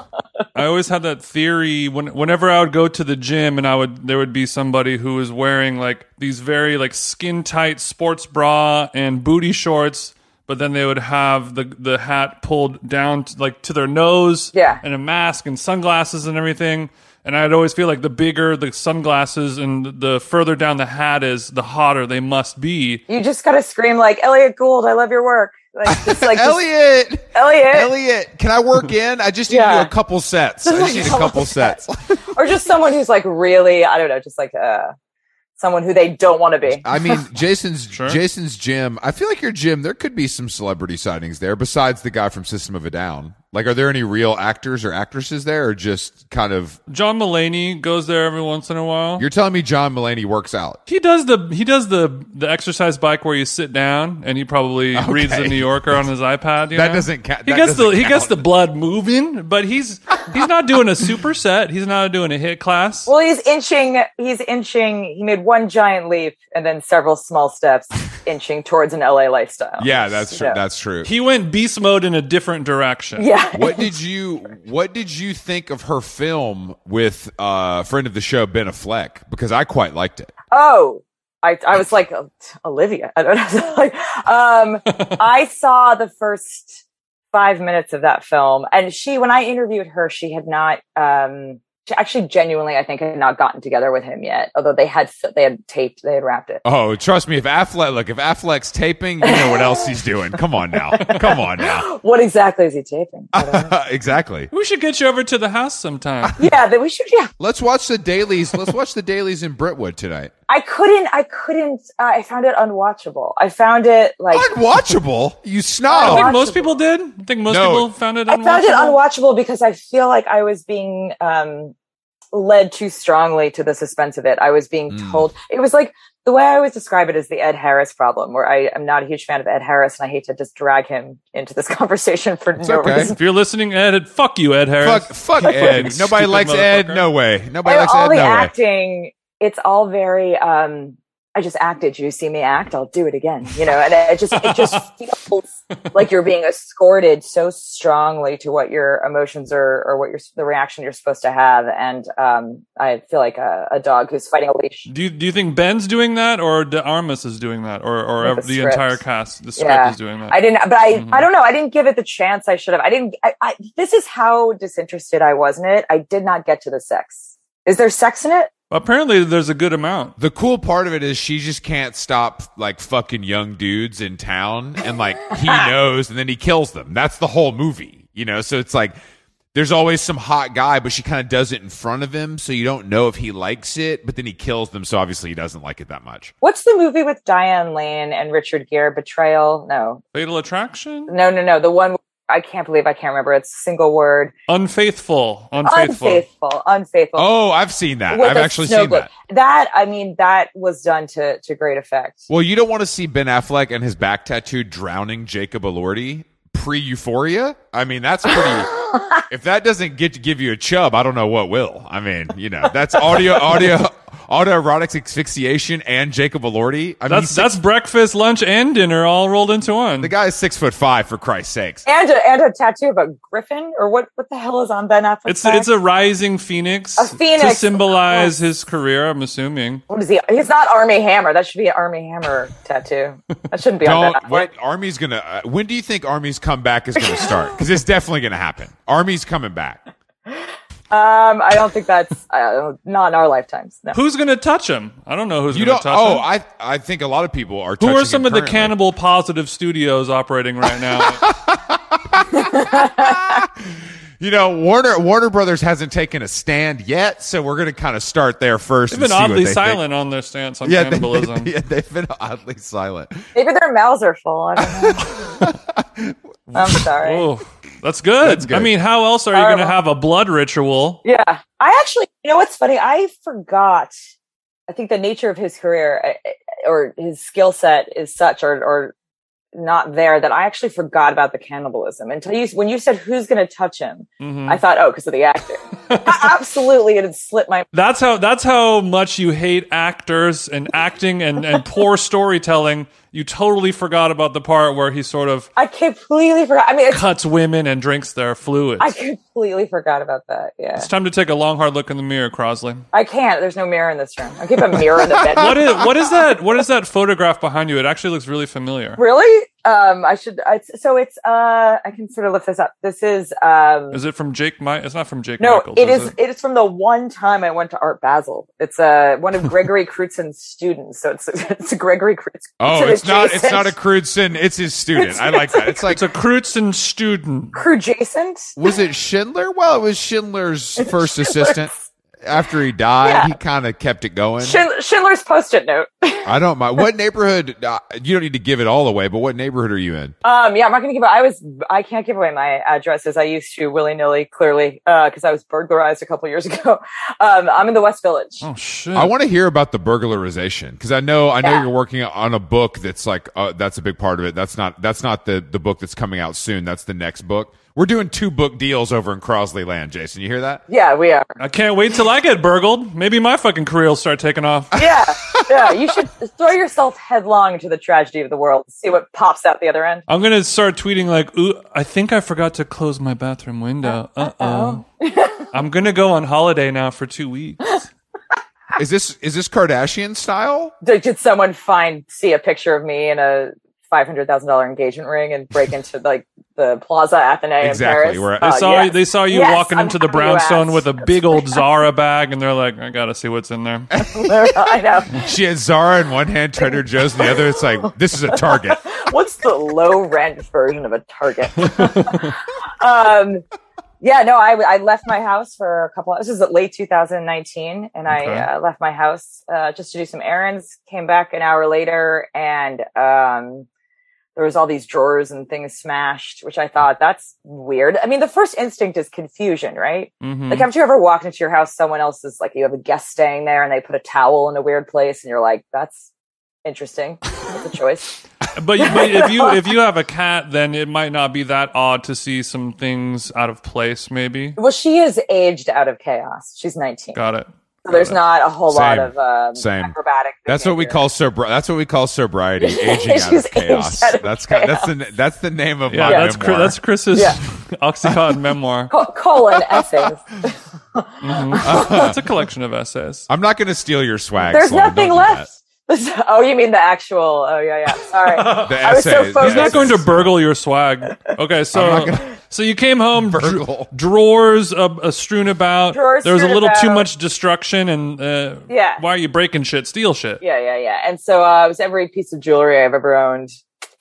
Speaker 2: I always had that theory when whenever I would go to the gym and I would there would be somebody who was wearing like these very like skin tight sports bra and booty shorts, but then they would have the the hat pulled down to, like to their nose,
Speaker 3: Yeah.
Speaker 2: and a mask and sunglasses and everything. And I'd always feel like the bigger the sunglasses and the further down the hat is, the hotter they must be.
Speaker 3: You just gotta scream like Elliot Gould, I love your work. Like just like just,
Speaker 1: Elliot.
Speaker 3: *laughs* Elliot,
Speaker 1: Elliot, can I work in? I just need
Speaker 3: Yeah.
Speaker 1: to do a couple sets. I just need a
Speaker 3: *laughs*
Speaker 1: couple sets.
Speaker 3: or just someone who's like really, I don't know, just like uh, someone who they don't want to be.
Speaker 1: I mean, Jason's
Speaker 2: Sure.
Speaker 1: Jason's gym. I feel like your gym. There could be some celebrity sightings there, besides the guy from System of a Down. Like, are there any real actors or actresses there, or just kind of?
Speaker 2: John Mulaney goes there every once in a while.
Speaker 1: You're telling me John Mulaney works out?
Speaker 2: He does the he does the the exercise bike where you sit down and he probably reads the New Yorker on
Speaker 1: *laughs*
Speaker 2: his iPad. you
Speaker 1: That
Speaker 2: know?
Speaker 1: doesn't ca-
Speaker 2: He
Speaker 1: that
Speaker 2: gets the
Speaker 1: doesn't
Speaker 2: he gets
Speaker 1: count.
Speaker 2: the blood moving, but he's he's not doing a superset. He's not doing a hit class.
Speaker 3: Well, he's inching. He's inching. He made one giant leap and then several small steps, inching towards an LA lifestyle.
Speaker 1: Yeah, that's true.
Speaker 3: Yeah.
Speaker 1: That's true.
Speaker 3: *laughs*
Speaker 2: He went beast mode in a different direction.
Speaker 3: Yeah.
Speaker 1: what did you What did you think of her film with uh, friend of the show Ben Affleck? Because I quite liked it.
Speaker 3: Oh, I, I was like "Oh, t- Olivia. I don't know. *laughs* like, um, I saw the first five minutes of that film, and she, when I interviewed her, she had not. Um, she actually, genuinely, I think had not gotten together with him yet. Although they had they had taped, they had wrapped it. *gasps*
Speaker 1: Oh, trust me. If Affleck, look, if Affleck's taping, you know what else he's doing. Come on now. Come on now.
Speaker 3: What exactly is he taping? I don't know.
Speaker 1: *laughs* exactly.
Speaker 2: We should get you over to the house sometime.
Speaker 3: *laughs* yeah, that we should. Yeah,
Speaker 1: Let's watch the dailies. Let's watch the dailies in Brentwood tonight.
Speaker 3: I couldn't. I couldn't. Uh, I found it unwatchable. I found it like
Speaker 1: Unwatchable. You
Speaker 2: I
Speaker 1: snob.
Speaker 2: think most people did. I think most
Speaker 1: No.
Speaker 2: people found it.
Speaker 3: Oh, I found it
Speaker 2: unwatchable.
Speaker 3: unwatchable because I feel like I was being um, led too strongly to the suspense of it. I was being
Speaker 2: Hmm.
Speaker 1: Mm.
Speaker 3: told it was like the way I always describe it is the Ed Harris problem, where I am not a huge fan of Ed Harris, and I hate to just drag him into this *laughs* conversation for no
Speaker 1: okay.
Speaker 3: reason.
Speaker 2: If you're listening, Ed, fuck you, Ed Harris.
Speaker 1: Fuck, fuck Ed. Nobody
Speaker 2: stupid
Speaker 1: likes Ed.
Speaker 2: motherfucker.
Speaker 1: No way. Nobody
Speaker 3: And
Speaker 1: likes
Speaker 3: all
Speaker 1: Ed.
Speaker 3: the
Speaker 1: No way.
Speaker 3: acting, it's all very. Um, I just acted. You see me act. I'll do it again. You know, and it just
Speaker 1: *laughs*
Speaker 3: it just feels like you're being escorted so strongly to what your emotions are or what your the reaction you're supposed to have. And um, I feel like a, a dog who's fighting a leash.
Speaker 2: Do you, do you think Ben's doing that, or De Armas is doing that, or or
Speaker 3: With
Speaker 2: ev-
Speaker 3: the
Speaker 2: the,
Speaker 3: script.
Speaker 2: entire cast, the script
Speaker 3: Yeah.
Speaker 2: is doing that?
Speaker 3: I didn't, but I,
Speaker 1: Mm-hmm.
Speaker 2: Mhm.
Speaker 3: I don't know. I didn't give it the chance I should have. I didn't, I, I, this is how disinterested I was in it. I did not get to the sex. Is there sex in it?
Speaker 2: Apparently, there's a good amount.
Speaker 1: The cool part of it is she just can't stop like fucking young dudes in
Speaker 3: *laughs*
Speaker 1: town and like he knows and then he kills them. That's the whole movie, you know? So it's like there's always some hot guy, but she kind of does it in front of him, so you don't know if he likes it. But then he kills them, so obviously he doesn't like it that much.
Speaker 3: What's the movie with Diane Lane and Richard Gere? Betrayal? No,
Speaker 2: Fatal Attraction?
Speaker 3: no, no, no. The one I can't believe I can't remember. It's a single word.
Speaker 2: Unfaithful. Unfaithful.
Speaker 3: Unfaithful. Unfaithful.
Speaker 1: Oh, I've seen that.
Speaker 3: With
Speaker 1: I've
Speaker 3: a
Speaker 1: actually
Speaker 3: snow
Speaker 1: seen
Speaker 3: globe.
Speaker 1: that.
Speaker 3: That I mean, that was done to to great effect.
Speaker 1: Well, you don't want to see Ben Affleck and his back tattoo drowning Jacob Elordi pre Euphoria. I mean, that's pretty.
Speaker 3: *laughs*
Speaker 1: if that doesn't get to give you a chub, I don't know what will. I mean, you know, that's audio, audio, autoerotic asphyxiation and Jacob Elordi. I mean,
Speaker 2: That's
Speaker 1: he's six-
Speaker 2: that's breakfast, lunch, and dinner all rolled into one.
Speaker 1: the guy is six foot five for Christ's sakes.
Speaker 3: And a, and a tattoo of a griffin or what? What the hell is on Ben Affleck's
Speaker 2: It's
Speaker 3: back?
Speaker 2: it's a rising phoenix,
Speaker 3: A phoenix.
Speaker 2: to symbolize his career. I'm assuming.
Speaker 3: What is he? He's not Army Hammer. That should be an Army Hammer *laughs* tattoo. That shouldn't be on
Speaker 1: Don't,
Speaker 3: Ben Affleck.
Speaker 1: what Army's gonna? Uh, when do you think Army's comeback is gonna start? Because it's definitely gonna happen. Army's coming back.
Speaker 3: Um, I don't think that's uh, not in our lifetimes. No.
Speaker 2: Who's gonna touch him? I don't know who's
Speaker 1: You
Speaker 2: gonna
Speaker 1: don't.
Speaker 2: touch
Speaker 1: Oh,
Speaker 2: him.
Speaker 1: I I think a lot of people are.
Speaker 2: Who
Speaker 1: touching
Speaker 2: are
Speaker 1: him
Speaker 2: some of the
Speaker 1: currently.
Speaker 2: cannibal positive studios operating
Speaker 1: *laughs*
Speaker 2: right now?
Speaker 1: You know, Warner Warner Brothers hasn't taken a stand yet, so we're gonna kind of start there 1st
Speaker 2: They've
Speaker 1: and
Speaker 2: been
Speaker 1: see what
Speaker 2: oddly
Speaker 1: they think.
Speaker 2: silent on their stance on
Speaker 1: Yeah, they- *laughs*
Speaker 2: cannibalism.
Speaker 1: yeah, they've been oddly silent.
Speaker 3: Maybe their mouths are full. I don't
Speaker 1: *laughs*
Speaker 3: know. I'm sorry.
Speaker 2: Oh, that's good.
Speaker 1: That's good.
Speaker 2: I mean, how else are you
Speaker 3: Horrible.
Speaker 2: going to have a blood ritual?
Speaker 3: Yeah, I actually, you know, what's funny? I forgot. I think the nature of his career uh, or his skill set is such, or or not there that I actually forgot about the cannibalism until you when you said who's going to touch him.
Speaker 2: Mhm.
Speaker 3: I thought, oh, because of
Speaker 2: *laughs*
Speaker 3: the actor. I, absolutely, it had slipped my.
Speaker 2: That's how. That's how much you hate actors and acting and, and poor storytelling. You totally forgot about the part where he sort of
Speaker 3: I completely forgot. I mean, it's,
Speaker 2: cuts women and drinks their fluids.
Speaker 3: I completely forgot about that. Yeah,
Speaker 2: It's time to take a long, hard look in the mirror, Crosley.
Speaker 3: I can't. There's no mirror in this room. I keep a mirror
Speaker 2: *laughs*
Speaker 3: in the bed.
Speaker 2: What is what is that? What is that photograph behind you? It actually looks really familiar.
Speaker 3: Really? Um, I should. I, so it's. Uh, I can sort of lift this up. This is. Um,
Speaker 2: Is it from Jake? My it's not from Jake.
Speaker 3: no,
Speaker 2: Michaels,
Speaker 3: it is.
Speaker 2: It?
Speaker 3: It is from the one time I went to Art Basel. It's uh,
Speaker 1: *laughs*
Speaker 3: one of Gregory Crutzen students. So it's it's Gregory Crutzen.
Speaker 1: Oh,
Speaker 3: an
Speaker 1: it's not it's
Speaker 3: adjacent-
Speaker 1: not a crude sin. It's his student. I like that. It's like
Speaker 2: It's a Crutzen student.
Speaker 3: Crudjacent.
Speaker 1: was it Schindler? Well, it was Schindler's first assistant. After he died,
Speaker 3: Yeah.
Speaker 1: he kind of kept it going.
Speaker 3: Schind- Schindler's post-it note.
Speaker 1: I don't mind. What neighborhood? Uh, you don't need to give it all away, but what neighborhood are you in?
Speaker 3: Um, yeah, I'm not going to give. I was. I can't give away my addresses. I used to willy nilly, clearly, because I was burglarized a couple years *laughs* ago. Um, I'm in the West Village.
Speaker 2: Oh shit!
Speaker 1: I want to hear about the burglarization because I know I know
Speaker 3: Yeah.
Speaker 1: you're working on a book that's like uh, that's a big part of it. That's not that's not the the book that's coming out soon. That's the next book. We're doing two book deals over in Crosley Land, Jason. You hear that?
Speaker 3: Yeah, we are.
Speaker 2: I can't wait till I get burgled. Maybe my fucking career will start taking off.
Speaker 1: *laughs*
Speaker 3: Yeah, yeah. You should throw yourself headlong into the tragedy of the world. See what pops out the other end.
Speaker 2: I'm gonna start tweeting like, "Ooh, I think I forgot to close my bathroom window. Uh oh.
Speaker 3: *laughs*
Speaker 2: I'm gonna go on holiday now for two weeks.
Speaker 1: Is this is this Kardashian style?
Speaker 3: Did, did someone find see a picture of me in a five hundred thousand dollar engagement ring and break into like the Plaza Athenae
Speaker 1: Exactly,
Speaker 3: in Paris?
Speaker 1: where-
Speaker 2: They
Speaker 3: Oh,
Speaker 2: saw
Speaker 3: yes.
Speaker 2: you, they saw you
Speaker 3: Yes,
Speaker 2: walking
Speaker 3: I'm
Speaker 2: into the
Speaker 3: happy you
Speaker 2: brownstone
Speaker 3: asked.
Speaker 2: with a big old Zara bag, and they're like, I gotta see what's in there.
Speaker 3: *laughs* I know.
Speaker 1: She had Zara in one hand, Trader Joe's in the other. It's like this is a target.
Speaker 3: What's the low rent version of a Target? um, yeah, no, I, I left my house for a couple. This is late 2019, and
Speaker 2: Okay.
Speaker 3: I uh, left my house uh, just to do some errands. Came back an hour later, and um, there was all these drawers and things smashed, which I thought that's weird. I mean, the first instinct is confusion, right? *laughs*
Speaker 2: Mhm.
Speaker 3: Like, haven't you ever walked into your house? Someone else is like, you have a guest staying there, and they put a towel in a weird place, and you're like, that's interesting. That's a choice.
Speaker 2: But, but if you if you have a cat, then it might not be that odd to see some things out of place. Maybe
Speaker 3: Well, she is aged out of chaos. She's 19.
Speaker 2: got it.
Speaker 3: So there's not a whole lot
Speaker 1: Same.
Speaker 3: of um,
Speaker 1: Same.
Speaker 3: acrobatic.
Speaker 1: That's what we
Speaker 3: behavior.
Speaker 1: call sobri- That's what we call sobriety. Aging out
Speaker 3: *laughs* She's
Speaker 1: of
Speaker 3: aged
Speaker 1: chaos.
Speaker 3: out of
Speaker 1: that's ki- that's the that's the name of
Speaker 2: Yeah,
Speaker 1: my
Speaker 2: that's Chris,
Speaker 1: memoir.
Speaker 2: that's Chris's
Speaker 3: Yeah.
Speaker 2: *laughs* OxyContin
Speaker 3: *laughs*
Speaker 2: memoir. *laughs*
Speaker 3: Co-
Speaker 1: *laughs*
Speaker 3: colon essays.
Speaker 2: That's a collection of essays.
Speaker 1: I'm not going to steal your swag.
Speaker 3: There's
Speaker 1: Sloan. Don't
Speaker 3: nothing
Speaker 1: do
Speaker 3: left. *laughs* oh, you mean the actual? Oh yeah, yeah. Sorry.
Speaker 1: *laughs* that. The
Speaker 3: I was so
Speaker 1: essays, the
Speaker 3: focused.
Speaker 2: He's not going to
Speaker 1: essays.
Speaker 2: burgle your swag. Okay, so
Speaker 1: I'm not
Speaker 2: so you came home, dr-
Speaker 1: Burgle.
Speaker 2: drawers uh, uh, strewn about.
Speaker 3: Drawers
Speaker 2: there was a
Speaker 3: strewn
Speaker 2: little too
Speaker 3: about.
Speaker 2: much destruction, and uh,
Speaker 3: Yeah.
Speaker 2: why are you breaking shit? Steal shit.
Speaker 3: Yeah, yeah, yeah. And so uh, it was every piece of jewelry I've ever owned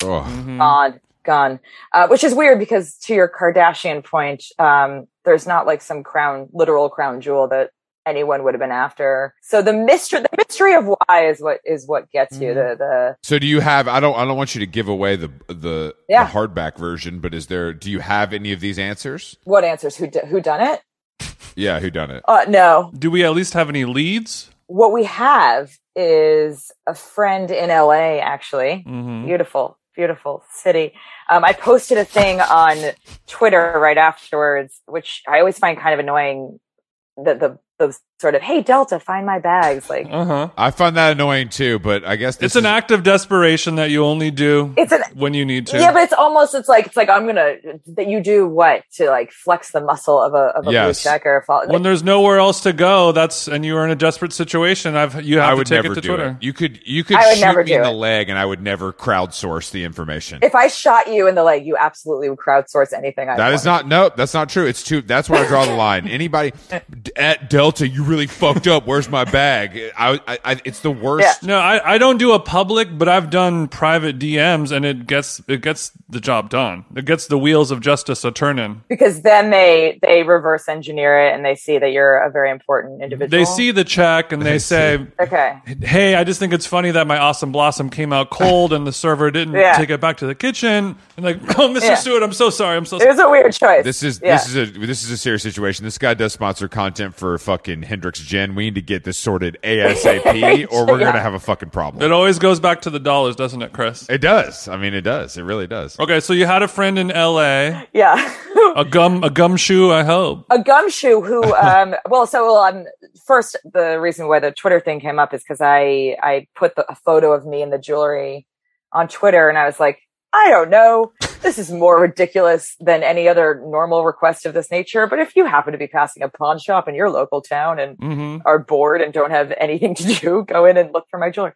Speaker 1: Oh.
Speaker 3: on. gone, uh, which is weird because to your Kardashian point, um, there's not like some crown, literal crown jewel that anyone would have been after. So the mystery, the mystery of why is what is what gets
Speaker 1: Hmm.
Speaker 3: you. The the
Speaker 1: So do you have? I don't. I don't want you to give away the the,
Speaker 3: Yeah.
Speaker 1: the hardback version, but is there? Do you have any of these answers?
Speaker 3: what answers? Who d- who done it?
Speaker 1: Yeah, who done it?
Speaker 3: Uh, no,
Speaker 2: Do we at least have any leads?
Speaker 3: what we have is a friend in LA, actually.
Speaker 2: Mm-hmm.
Speaker 3: Beautiful, beautiful city. Um, I posted a thing on Twitter right afterwards, which I always find kind of annoying. That the the sort of hey Delta, find my bags. Like
Speaker 1: Mm-hmm.
Speaker 2: Uh huh.
Speaker 1: I find that annoying too, but I guess Uh-huh. this
Speaker 2: It's an
Speaker 1: is-
Speaker 2: act of desperation that you only do
Speaker 3: it's an
Speaker 2: when you need to.
Speaker 3: yeah, but it's almost it's like it's like I'm gonna that you do what to like flex the muscle of a of a
Speaker 1: Yes.
Speaker 3: blue checker. Fall,
Speaker 2: when there's nowhere else to go, that's and you are in a desperate situation. I've you have
Speaker 1: I
Speaker 2: to
Speaker 1: would
Speaker 2: take
Speaker 1: never
Speaker 2: it to
Speaker 1: do
Speaker 2: Twitter.
Speaker 1: it. You could you could
Speaker 3: I would
Speaker 1: shoot
Speaker 3: never
Speaker 1: me in
Speaker 3: do
Speaker 1: the
Speaker 3: it.
Speaker 1: leg, and I would never crowdsource the information.
Speaker 3: if I shot you in the leg, you absolutely would crowdsource anything. I
Speaker 1: That is not nope. That's not true. It's too. That's where I draw the line. Anybody d- at Delta, you really fucked up. Where's my bag? I, I, I it's the worst.
Speaker 2: No, I, I don't do a public, but I've done private DMs, and it gets it gets the job done. It gets the wheels of justice a turning.
Speaker 3: because then they they reverse engineer it and they see that you're a very important individual.
Speaker 2: They see the check and they say,
Speaker 3: Okay.
Speaker 2: "Hey, I just think it's funny that my awesome blossom came out cold, and the server didn't
Speaker 3: Yeah.
Speaker 2: take it back to the kitchen." And like, oh, Mr.
Speaker 3: Yeah.
Speaker 2: Stewart, I'm so sorry. I'm so
Speaker 3: It was a weird choice.
Speaker 1: This is
Speaker 3: Yeah.
Speaker 1: this is a this is a serious situation. This guy does sponsor content for fucking Hendrix Gin. We need to get this sorted
Speaker 3: *laughs*
Speaker 1: ASAP, or we're gonna have a fucking problem.
Speaker 2: It always goes back to the dollars, doesn't it, Chris?
Speaker 1: It does. I mean, it does. It really
Speaker 3: *laughs*
Speaker 1: does.
Speaker 2: Okay, so you had a friend in L.A.
Speaker 3: yeah.
Speaker 1: *laughs*
Speaker 2: A gum a gumshoe, I hope.
Speaker 3: a gumshoe who um well so well, um first the reason why the twitter thing came up is because i i put the, a photo of me in the jewelry on twitter and i was like i don't know this is more ridiculous than any other normal request of this nature but if you happen to be passing a pawn shop in your local town and
Speaker 2: Mm-hmm.
Speaker 3: are bored and don't have anything to do, *laughs* go in and look for my jewelry.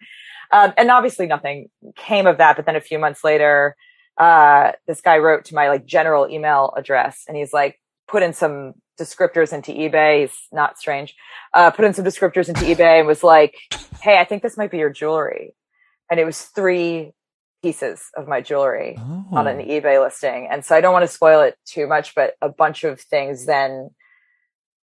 Speaker 3: Um, and obviously nothing came of that. But then a few months later, uh, this guy wrote to my like general email address and he's like, put in some descriptors into eBay. He's not strange. Uh, put in some descriptors into eBay and was like, Hey, I think this might be your jewelry. And it was three pieces of my jewelry on an
Speaker 2: Hmm.
Speaker 3: eBay listing. And so I don't want to spoil it too much, but a bunch of things then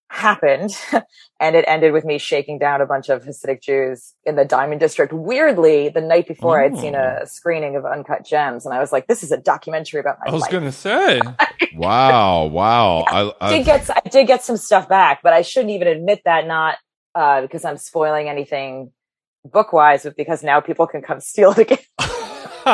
Speaker 3: happened. *laughs* and it ended with me shaking down a bunch of Hasidic Jews in the Diamond District. Weirdly, the night before I'd seen
Speaker 2: Oh.
Speaker 3: a screening of Uncut Gems and I was like, this is a documentary about my
Speaker 2: Oh, I was
Speaker 3: life.
Speaker 2: gonna uh, say.
Speaker 1: Wow, wow. I,
Speaker 3: I
Speaker 1: I
Speaker 3: did get I did get some stuff back, but I shouldn't even admit that not uh, because I'm spoiling anything book wise, but because now people can come *laughs* steal it again.
Speaker 2: *laughs*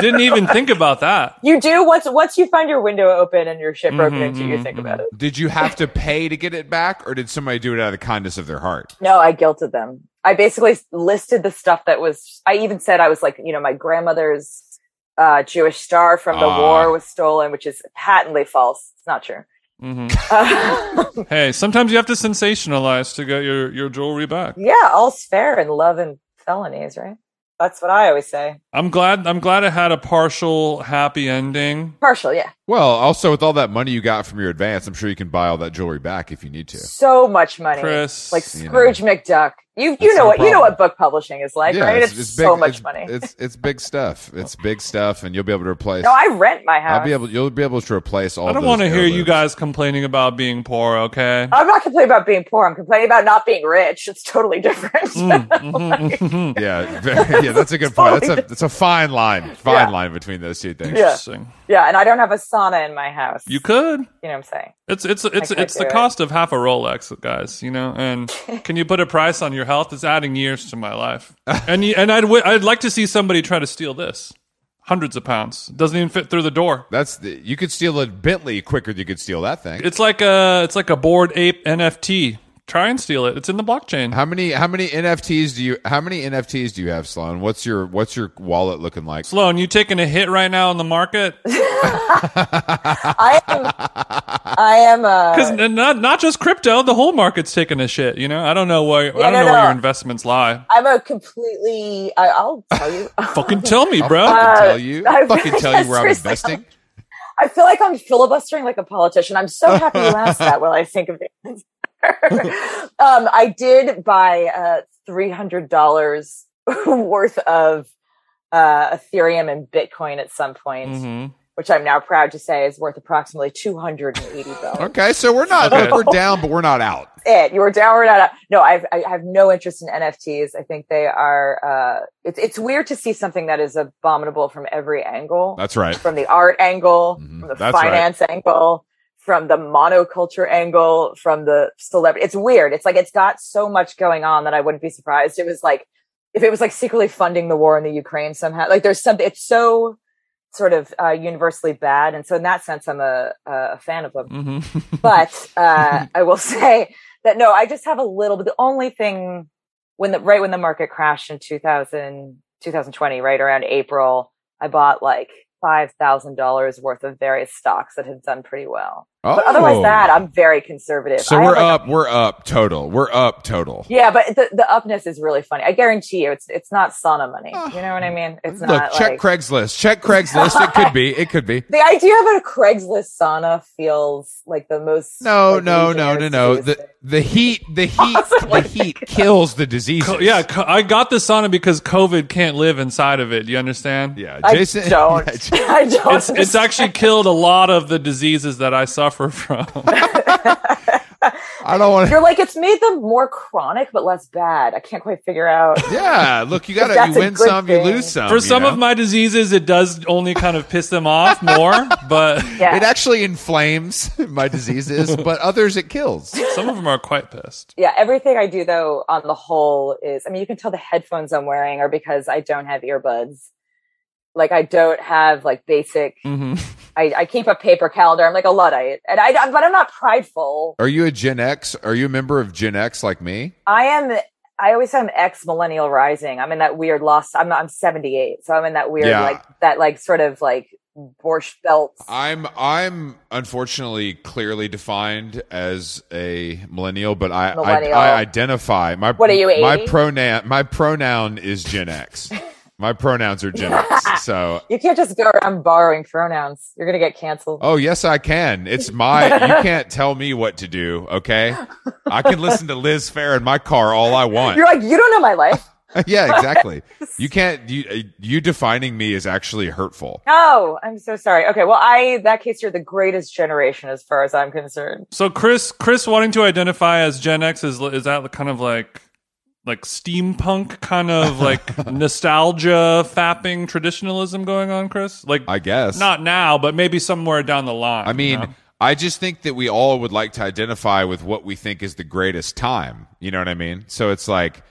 Speaker 2: Didn't even think about that.
Speaker 3: You do once once you find your window open and your shit
Speaker 2: Mm-hmm,
Speaker 3: broken into, you think about it.
Speaker 1: Did you have to pay to get it back, or did somebody do it out of the kindness of their heart?
Speaker 3: No, I guilted them. I basically listed the stuff that was. I even said I was like, you know, my grandmother's uh, Jewish star from the
Speaker 1: Ah.
Speaker 3: war was stolen, which is patently false. It's not true. *laughs*
Speaker 2: hmm
Speaker 3: Uh,
Speaker 2: Hey, sometimes you have to sensationalize to get your, your jewelry back.
Speaker 3: yeah, all's fair in love and felonies, right? That's what I always say.
Speaker 2: I'm glad I'm glad it had a partial happy ending.
Speaker 3: Partial, yeah.
Speaker 1: Well, also with all that money you got from your advance, I'm sure you can buy all that jewelry back if you need to.
Speaker 3: So much money,
Speaker 2: Chris,
Speaker 3: like
Speaker 1: you know.
Speaker 3: Scrooge McDuck. You you
Speaker 1: That's
Speaker 3: know
Speaker 1: no
Speaker 3: what you know
Speaker 1: problem.
Speaker 3: what book publishing is like, right? It's, so much
Speaker 1: it's-
Speaker 3: money.
Speaker 1: It's it's big stuff. It's big stuff, and you'll be able to replace.
Speaker 3: no, I rent my house.
Speaker 1: will be able. You'll be able to replace all.
Speaker 2: I don't
Speaker 1: want
Speaker 2: want to hear you guys complaining about being poor,
Speaker 3: *laughs*
Speaker 2: okay?
Speaker 3: I'm not complaining about being poor. I'm complaining about not being rich. It's totally different.
Speaker 1: Hmm.
Speaker 2: Mm, mhm, mhm.
Speaker 1: Yeah, very- yeah, that's a good point. That's a that's a fine line, fine
Speaker 3: Yeah.
Speaker 1: line between those two things.
Speaker 3: Yeah.
Speaker 2: Interesting.
Speaker 3: Yeah, and I don't have a sauna in my house.
Speaker 2: You could.
Speaker 3: you know what I'm saying?
Speaker 2: It's it's it's
Speaker 3: can't
Speaker 2: it's the
Speaker 3: do it.
Speaker 2: cost of half a Rolex, guys. You know, and can you put a price on your health? It's adding years to my life, and you, and I'd w- I'd like to see somebody try to steal this, hundreds of pounds. Doesn't even fit through the door.
Speaker 1: That's the, you could steal a Bentley quicker than you could steal that thing.
Speaker 2: It's like a it's like a board ape NFT. Try and steal it. It's in the blockchain.
Speaker 1: how many how many NFTs do you how many NFTs do you have, Sloan? What's your what's your wallet looking like?
Speaker 2: Sloan, you taking a hit right now in the
Speaker 3: *laughs*
Speaker 2: market?
Speaker 3: I
Speaker 2: *laughs*
Speaker 3: am. I am.
Speaker 2: Because
Speaker 3: Uh,
Speaker 2: not not just crypto, the whole market's taking a shit. You know, I don't know where I don't
Speaker 3: no,
Speaker 2: know where
Speaker 3: no.
Speaker 2: your investments lie.
Speaker 3: I'm a completely. I, I'll tell you.
Speaker 2: *laughs* Fucking tell me,
Speaker 1: I'll
Speaker 2: bro.
Speaker 1: fucking
Speaker 3: Uh,
Speaker 1: tell you.
Speaker 3: I-
Speaker 1: I'll
Speaker 3: *laughs*
Speaker 1: fucking tell you where I'm
Speaker 3: seriously.
Speaker 1: investing.
Speaker 3: I feel like I'm filibustering like a politician. I'm so happy you asked that. While I think of the answer, *laughs* um, *laughs* I did buy uh, three hundred dollars worth of uh, Ethereum and Bitcoin at some point,
Speaker 2: Mhm.
Speaker 3: which I'm now proud to say is worth approximately 280 billion.
Speaker 1: Okay, so we're not
Speaker 2: Okay.
Speaker 1: we're down, but we're not out.
Speaker 3: it. You were downward out. No, I've, I have no interest in NFTs. I think they are, uh, it's, it's weird to see something that is abominable from every angle,
Speaker 1: That's right.
Speaker 3: from the art angle,
Speaker 1: Mhm.
Speaker 3: from the
Speaker 1: That's right.
Speaker 3: finance angle, from the monoculture angle, from the celebrity. It's weird. It's like, it's got so much going on that I wouldn't be surprised. It was like, if it was like secretly funding the war in the Ukraine somehow, like there's something, it's so sort of, uh, universally bad. And so in that sense, I'm a, a fan of them
Speaker 2: *laughs* Mhm.
Speaker 3: but
Speaker 1: *laughs*
Speaker 3: uh, I will *laughs* say that no, I just have a little. But the only thing when the right when the market crashed in 2000, 2020, right around April, I bought like five thousand dollars worth of various stocks that had done pretty well.
Speaker 1: Oh.
Speaker 3: But otherwise, that I'm very conservative.
Speaker 1: So
Speaker 3: I have,
Speaker 1: we're
Speaker 3: like,
Speaker 1: up. We're up total. We're up total.
Speaker 3: Yeah, but the, the upness is really funny. I guarantee you, it's it's not sauna money. You know what I mean? It's
Speaker 1: Look,
Speaker 3: not
Speaker 1: Ah, check
Speaker 3: like
Speaker 1: Craigslist. Check Craigslist. it could be. It could be.
Speaker 3: the idea of a Craigslist sauna feels like the most
Speaker 1: No,
Speaker 3: like,
Speaker 1: no, no, no,
Speaker 3: ingenious
Speaker 1: no.
Speaker 3: disease
Speaker 1: The
Speaker 3: thing.
Speaker 1: the heat, the *laughs* heat, the heat kills the disease.
Speaker 2: Co- yeah, co- I got this sauna because COVID can't live inside of it. You understand?
Speaker 1: yeah.
Speaker 3: I
Speaker 1: Jason, *laughs*
Speaker 3: don't.
Speaker 1: yeah, J-
Speaker 3: *laughs* I don't.
Speaker 2: It's, it's actually killed a lot of the diseases that I
Speaker 1: *laughs*
Speaker 2: suffer from.
Speaker 1: I don't *laughs* want to.
Speaker 3: *laughs* You're like, it's made them more chronic but less bad. I can't quite
Speaker 1: *laughs*
Speaker 3: figure out.
Speaker 1: Yeah, look, you got to
Speaker 3: That's
Speaker 1: you
Speaker 3: a
Speaker 1: win
Speaker 3: good
Speaker 1: some,
Speaker 3: thing.
Speaker 1: you lose some.
Speaker 2: For
Speaker 1: you
Speaker 2: some
Speaker 1: know?
Speaker 2: of my diseases, it does only kind of piss them off more,
Speaker 1: *laughs*
Speaker 2: but
Speaker 3: Yeah.
Speaker 1: it actually inflames *laughs* my
Speaker 2: *laughs*
Speaker 1: diseases, but others it kills.
Speaker 2: some of them are quite pissed.
Speaker 3: yeah, everything I do though on the whole is I mean, you can tell the headphones I'm wearing are because I don't have earbuds. Like I don't have like basic
Speaker 2: hmm
Speaker 3: I, I keep a paper calendar. I'm like a Luddite. And I but I'm not prideful.
Speaker 1: Are you a Gen X? Are you a member of Gen X like me?
Speaker 3: I am I always say I'm ex millennial rising. I'm in that weird lost I'm not I'm seventy eight, so I'm in that weird
Speaker 1: Yeah.
Speaker 3: like that like sort of like borscht belt.
Speaker 1: I'm I'm unfortunately clearly defined as a millennial, but I
Speaker 3: Millennial.
Speaker 1: I, I identify my
Speaker 3: What are you,
Speaker 1: my
Speaker 3: 80?
Speaker 1: pronoun my pronoun is Gen
Speaker 3: *laughs*
Speaker 1: X. my pronouns are Gen X. So
Speaker 3: you can't just go around borrowing pronouns. You're gonna get canceled.
Speaker 1: oh yes, I can. It's my
Speaker 3: *laughs*
Speaker 1: you can't tell me what to do. Okay, I can listen to Liz Fair in my car all I want.
Speaker 3: You're like, you don't know my life.
Speaker 1: *laughs* yeah,
Speaker 3: *laughs*
Speaker 1: exactly. You can't you you defining me is actually hurtful.
Speaker 3: Oh, I'm so sorry. Okay, well, I in that case you're the greatest generation as far as I'm concerned.
Speaker 2: So Chris, Chris wanting to identify as Gen X is is that kind of like like steampunk kind
Speaker 1: *laughs*
Speaker 2: of like nostalgia fapping traditionalism going on, Chris? Like
Speaker 1: I guess
Speaker 2: not now, but maybe somewhere down the line.
Speaker 1: I mean,
Speaker 2: you know?
Speaker 1: I just think that we all would like to identify with what we think is the greatest time. You know what I mean? So it's like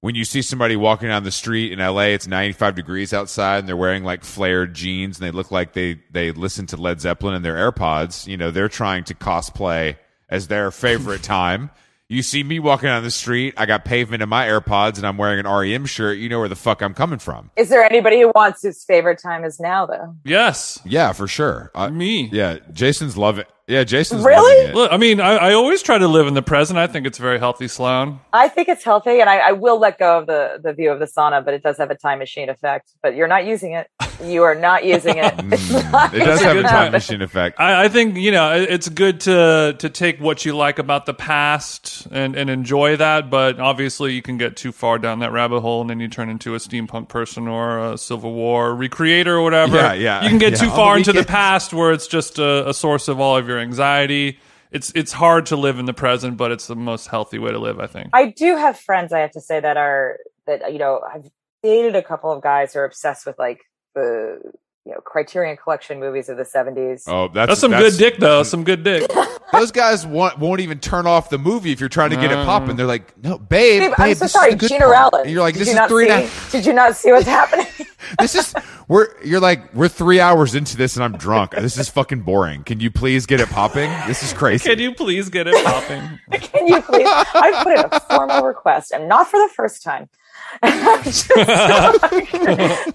Speaker 1: when you see somebody walking down the street in LA, it's 95 degrees outside and they're wearing like flared jeans and they look like they they listen to Led Zeppelin in their AirPods, you know, they're trying to cosplay as their
Speaker 2: *laughs*
Speaker 1: favorite time. You see me walking down the street, I got pavement in my AirPods and I'm wearing an REM shirt, you know where the fuck I'm coming from.
Speaker 3: Is there anybody who wants whose favorite time is now though?
Speaker 2: yes,
Speaker 1: Yeah, for sure. I,
Speaker 2: me.
Speaker 1: yeah, Jason's loving. Yeah, Jason's
Speaker 3: Really?
Speaker 1: loving it.
Speaker 2: Look, I mean, I, I always try to live in the present. I think it's very healthy, Sloan.
Speaker 3: I think it's healthy, and I, I will let go of the the view of the sauna, but it does have a time machine effect. But you're not using it. You are not using it. It's
Speaker 1: *laughs*
Speaker 3: not
Speaker 1: Mm, it does have a
Speaker 3: gonna
Speaker 1: time
Speaker 3: happen.
Speaker 1: machine effect.
Speaker 2: I, I think you know it- it's good to to take what you like about the past and and enjoy that, but obviously you can get too far down that rabbit hole and then you turn into a steampunk person or a Civil War recreator or whatever.
Speaker 1: Yeah, yeah,
Speaker 2: You can get
Speaker 1: yeah.
Speaker 2: too
Speaker 1: On
Speaker 2: far
Speaker 1: the
Speaker 2: into the
Speaker 1: weekends.
Speaker 2: past where it's just a, a source of all of your anxiety. It's it's hard to live in the present, but it's the most healthy way to live, I think.
Speaker 3: I do have friends, I have to say, that are that you know, I've dated a couple of guys who are obsessed with like the you know Criterion Collection movies of the seventies.
Speaker 1: Oh, that's,
Speaker 2: That's some good dick
Speaker 1: *laughs*
Speaker 2: though. Some good dick.
Speaker 1: Those guys won't, won't even turn off the movie if you're trying to get it
Speaker 2: No.
Speaker 1: popping. They're like, "No, babe,
Speaker 3: Babe,
Speaker 1: babe,
Speaker 3: I'm so
Speaker 1: this
Speaker 3: sorry,
Speaker 1: is the good
Speaker 3: Gina
Speaker 1: part."
Speaker 3: Rowland.
Speaker 1: And you're like,
Speaker 3: did
Speaker 1: "This
Speaker 3: you
Speaker 1: is
Speaker 3: not
Speaker 1: three
Speaker 3: see,
Speaker 1: and a half.
Speaker 3: Did you not
Speaker 1: *laughs*
Speaker 3: see what's happening? *laughs*
Speaker 1: This is we're." You're like, "We're three hours into this, and I'm drunk. This is fucking boring. Can you please get it popping? This is crazy."
Speaker 2: Can you please get it popping?
Speaker 3: Can you please? I put in a formal request, and not for the first time. *laughs*
Speaker 1: *laughs*
Speaker 3: Just like,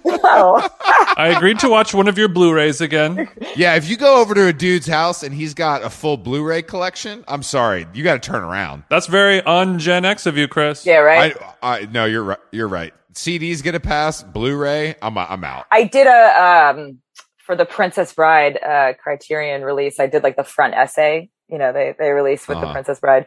Speaker 3: no.
Speaker 2: I agreed to watch one of your Blu-rays again.
Speaker 1: yeah, if you go over to a dude's house and he's got a full Blu-ray collection, I'm sorry, you got to turn around.
Speaker 2: That's very un-Gen X of you, Chris.
Speaker 3: Yeah, right.
Speaker 1: I, I no, you're right. You're right. CDs get a pass. Blu-ray, I'm I'm out.
Speaker 3: I, did a um for the Princess Bride uh Criterion release. I did like the front essay. You know, they they released with the
Speaker 1: Uh-huh.
Speaker 3: Princess Bride.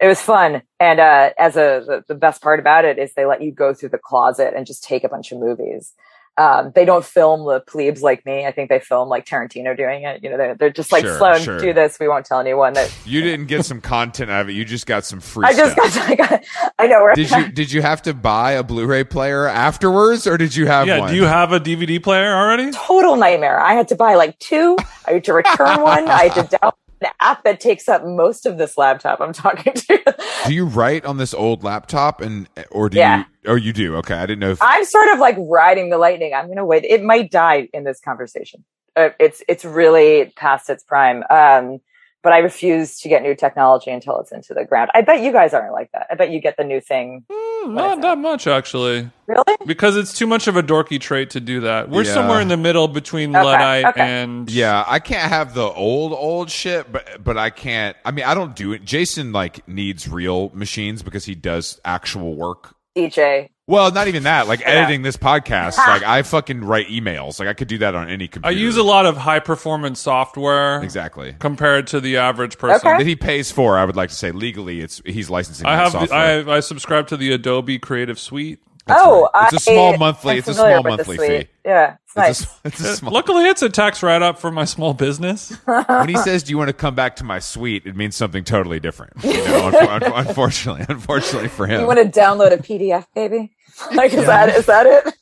Speaker 3: It was fun, and uh as a the, the best part about it is they let you go through the closet and just take a bunch of movies. Um, they don't film the plebes like me. I think they film like Tarantino doing it. You know, they're, they're just like,
Speaker 1: Sure,
Speaker 3: Sloan,
Speaker 1: sure.
Speaker 3: do this. We won't tell anyone that.
Speaker 1: You didn't get some content out of it. You just got some free
Speaker 3: I just
Speaker 1: stuff.
Speaker 3: got, I got, *laughs* I know. We're,
Speaker 1: did you did you have to buy a Blu-ray player afterwards, or did you have
Speaker 2: Yeah,
Speaker 1: one?
Speaker 2: do you have a DVD player already?
Speaker 3: total nightmare. I had to buy like two. I had to return one. I
Speaker 1: *laughs*
Speaker 3: had to download an app that takes up most of this laptop I'm talking to. *laughs*
Speaker 1: Do you write on this old laptop, and or do
Speaker 3: Yeah.
Speaker 1: you? Oh, you do. Okay, I didn't know. if
Speaker 3: I'm sort of like riding the lightning. I'm going to wait. It might die in this conversation. Uh, it's it's really past its prime. Um, but I refuse to get new technology until it's into the ground. I bet you guys aren't like that. I bet you get the new thing.
Speaker 2: Hmm,
Speaker 3: What is
Speaker 2: Not
Speaker 3: it?
Speaker 2: that much actually,
Speaker 3: Really?
Speaker 2: because it's too much of a dorky trait to do that. We're
Speaker 1: Yeah.
Speaker 2: somewhere in the middle between
Speaker 3: Okay,
Speaker 2: luddite
Speaker 3: okay.
Speaker 2: and
Speaker 1: Yeah, I can't have the old old shit, but but I can't. I mean, I don't do it. Jason like needs real machines because he does actual work.
Speaker 3: DJ.
Speaker 1: Well, not even that. Like editing this
Speaker 3: *laughs*
Speaker 1: podcast, like I fucking write emails. Like I could do that on any
Speaker 2: I
Speaker 1: computer.
Speaker 2: use a lot of high performance software
Speaker 1: exactly
Speaker 2: compared to the average person.
Speaker 3: Okay.
Speaker 1: that he pays for. I would like to say legally, it's he's licensing.
Speaker 2: I
Speaker 1: that
Speaker 2: have the,
Speaker 1: software.
Speaker 2: I I subscribe to the Adobe Creative Suite.
Speaker 3: oh,
Speaker 1: right. It's a small
Speaker 3: I-
Speaker 1: monthly-
Speaker 3: I'm
Speaker 1: it's a
Speaker 3: familiar
Speaker 1: small
Speaker 3: with the
Speaker 1: monthly
Speaker 3: suite.
Speaker 1: fee.
Speaker 3: Yeah, it's nice.
Speaker 1: It's a, it's a *laughs*
Speaker 2: Uh,
Speaker 1: small,
Speaker 2: Luckily, it's a tax write up for my small
Speaker 3: *laughs*
Speaker 2: business.
Speaker 1: when he says, "Do you want to come back to my suite?" It means something totally different.
Speaker 3: *laughs*
Speaker 1: You know, unfor- unfor- unfortunately, unfortunately for him,
Speaker 3: you want to download a PDF, baby? *laughs* Like, is that is that it?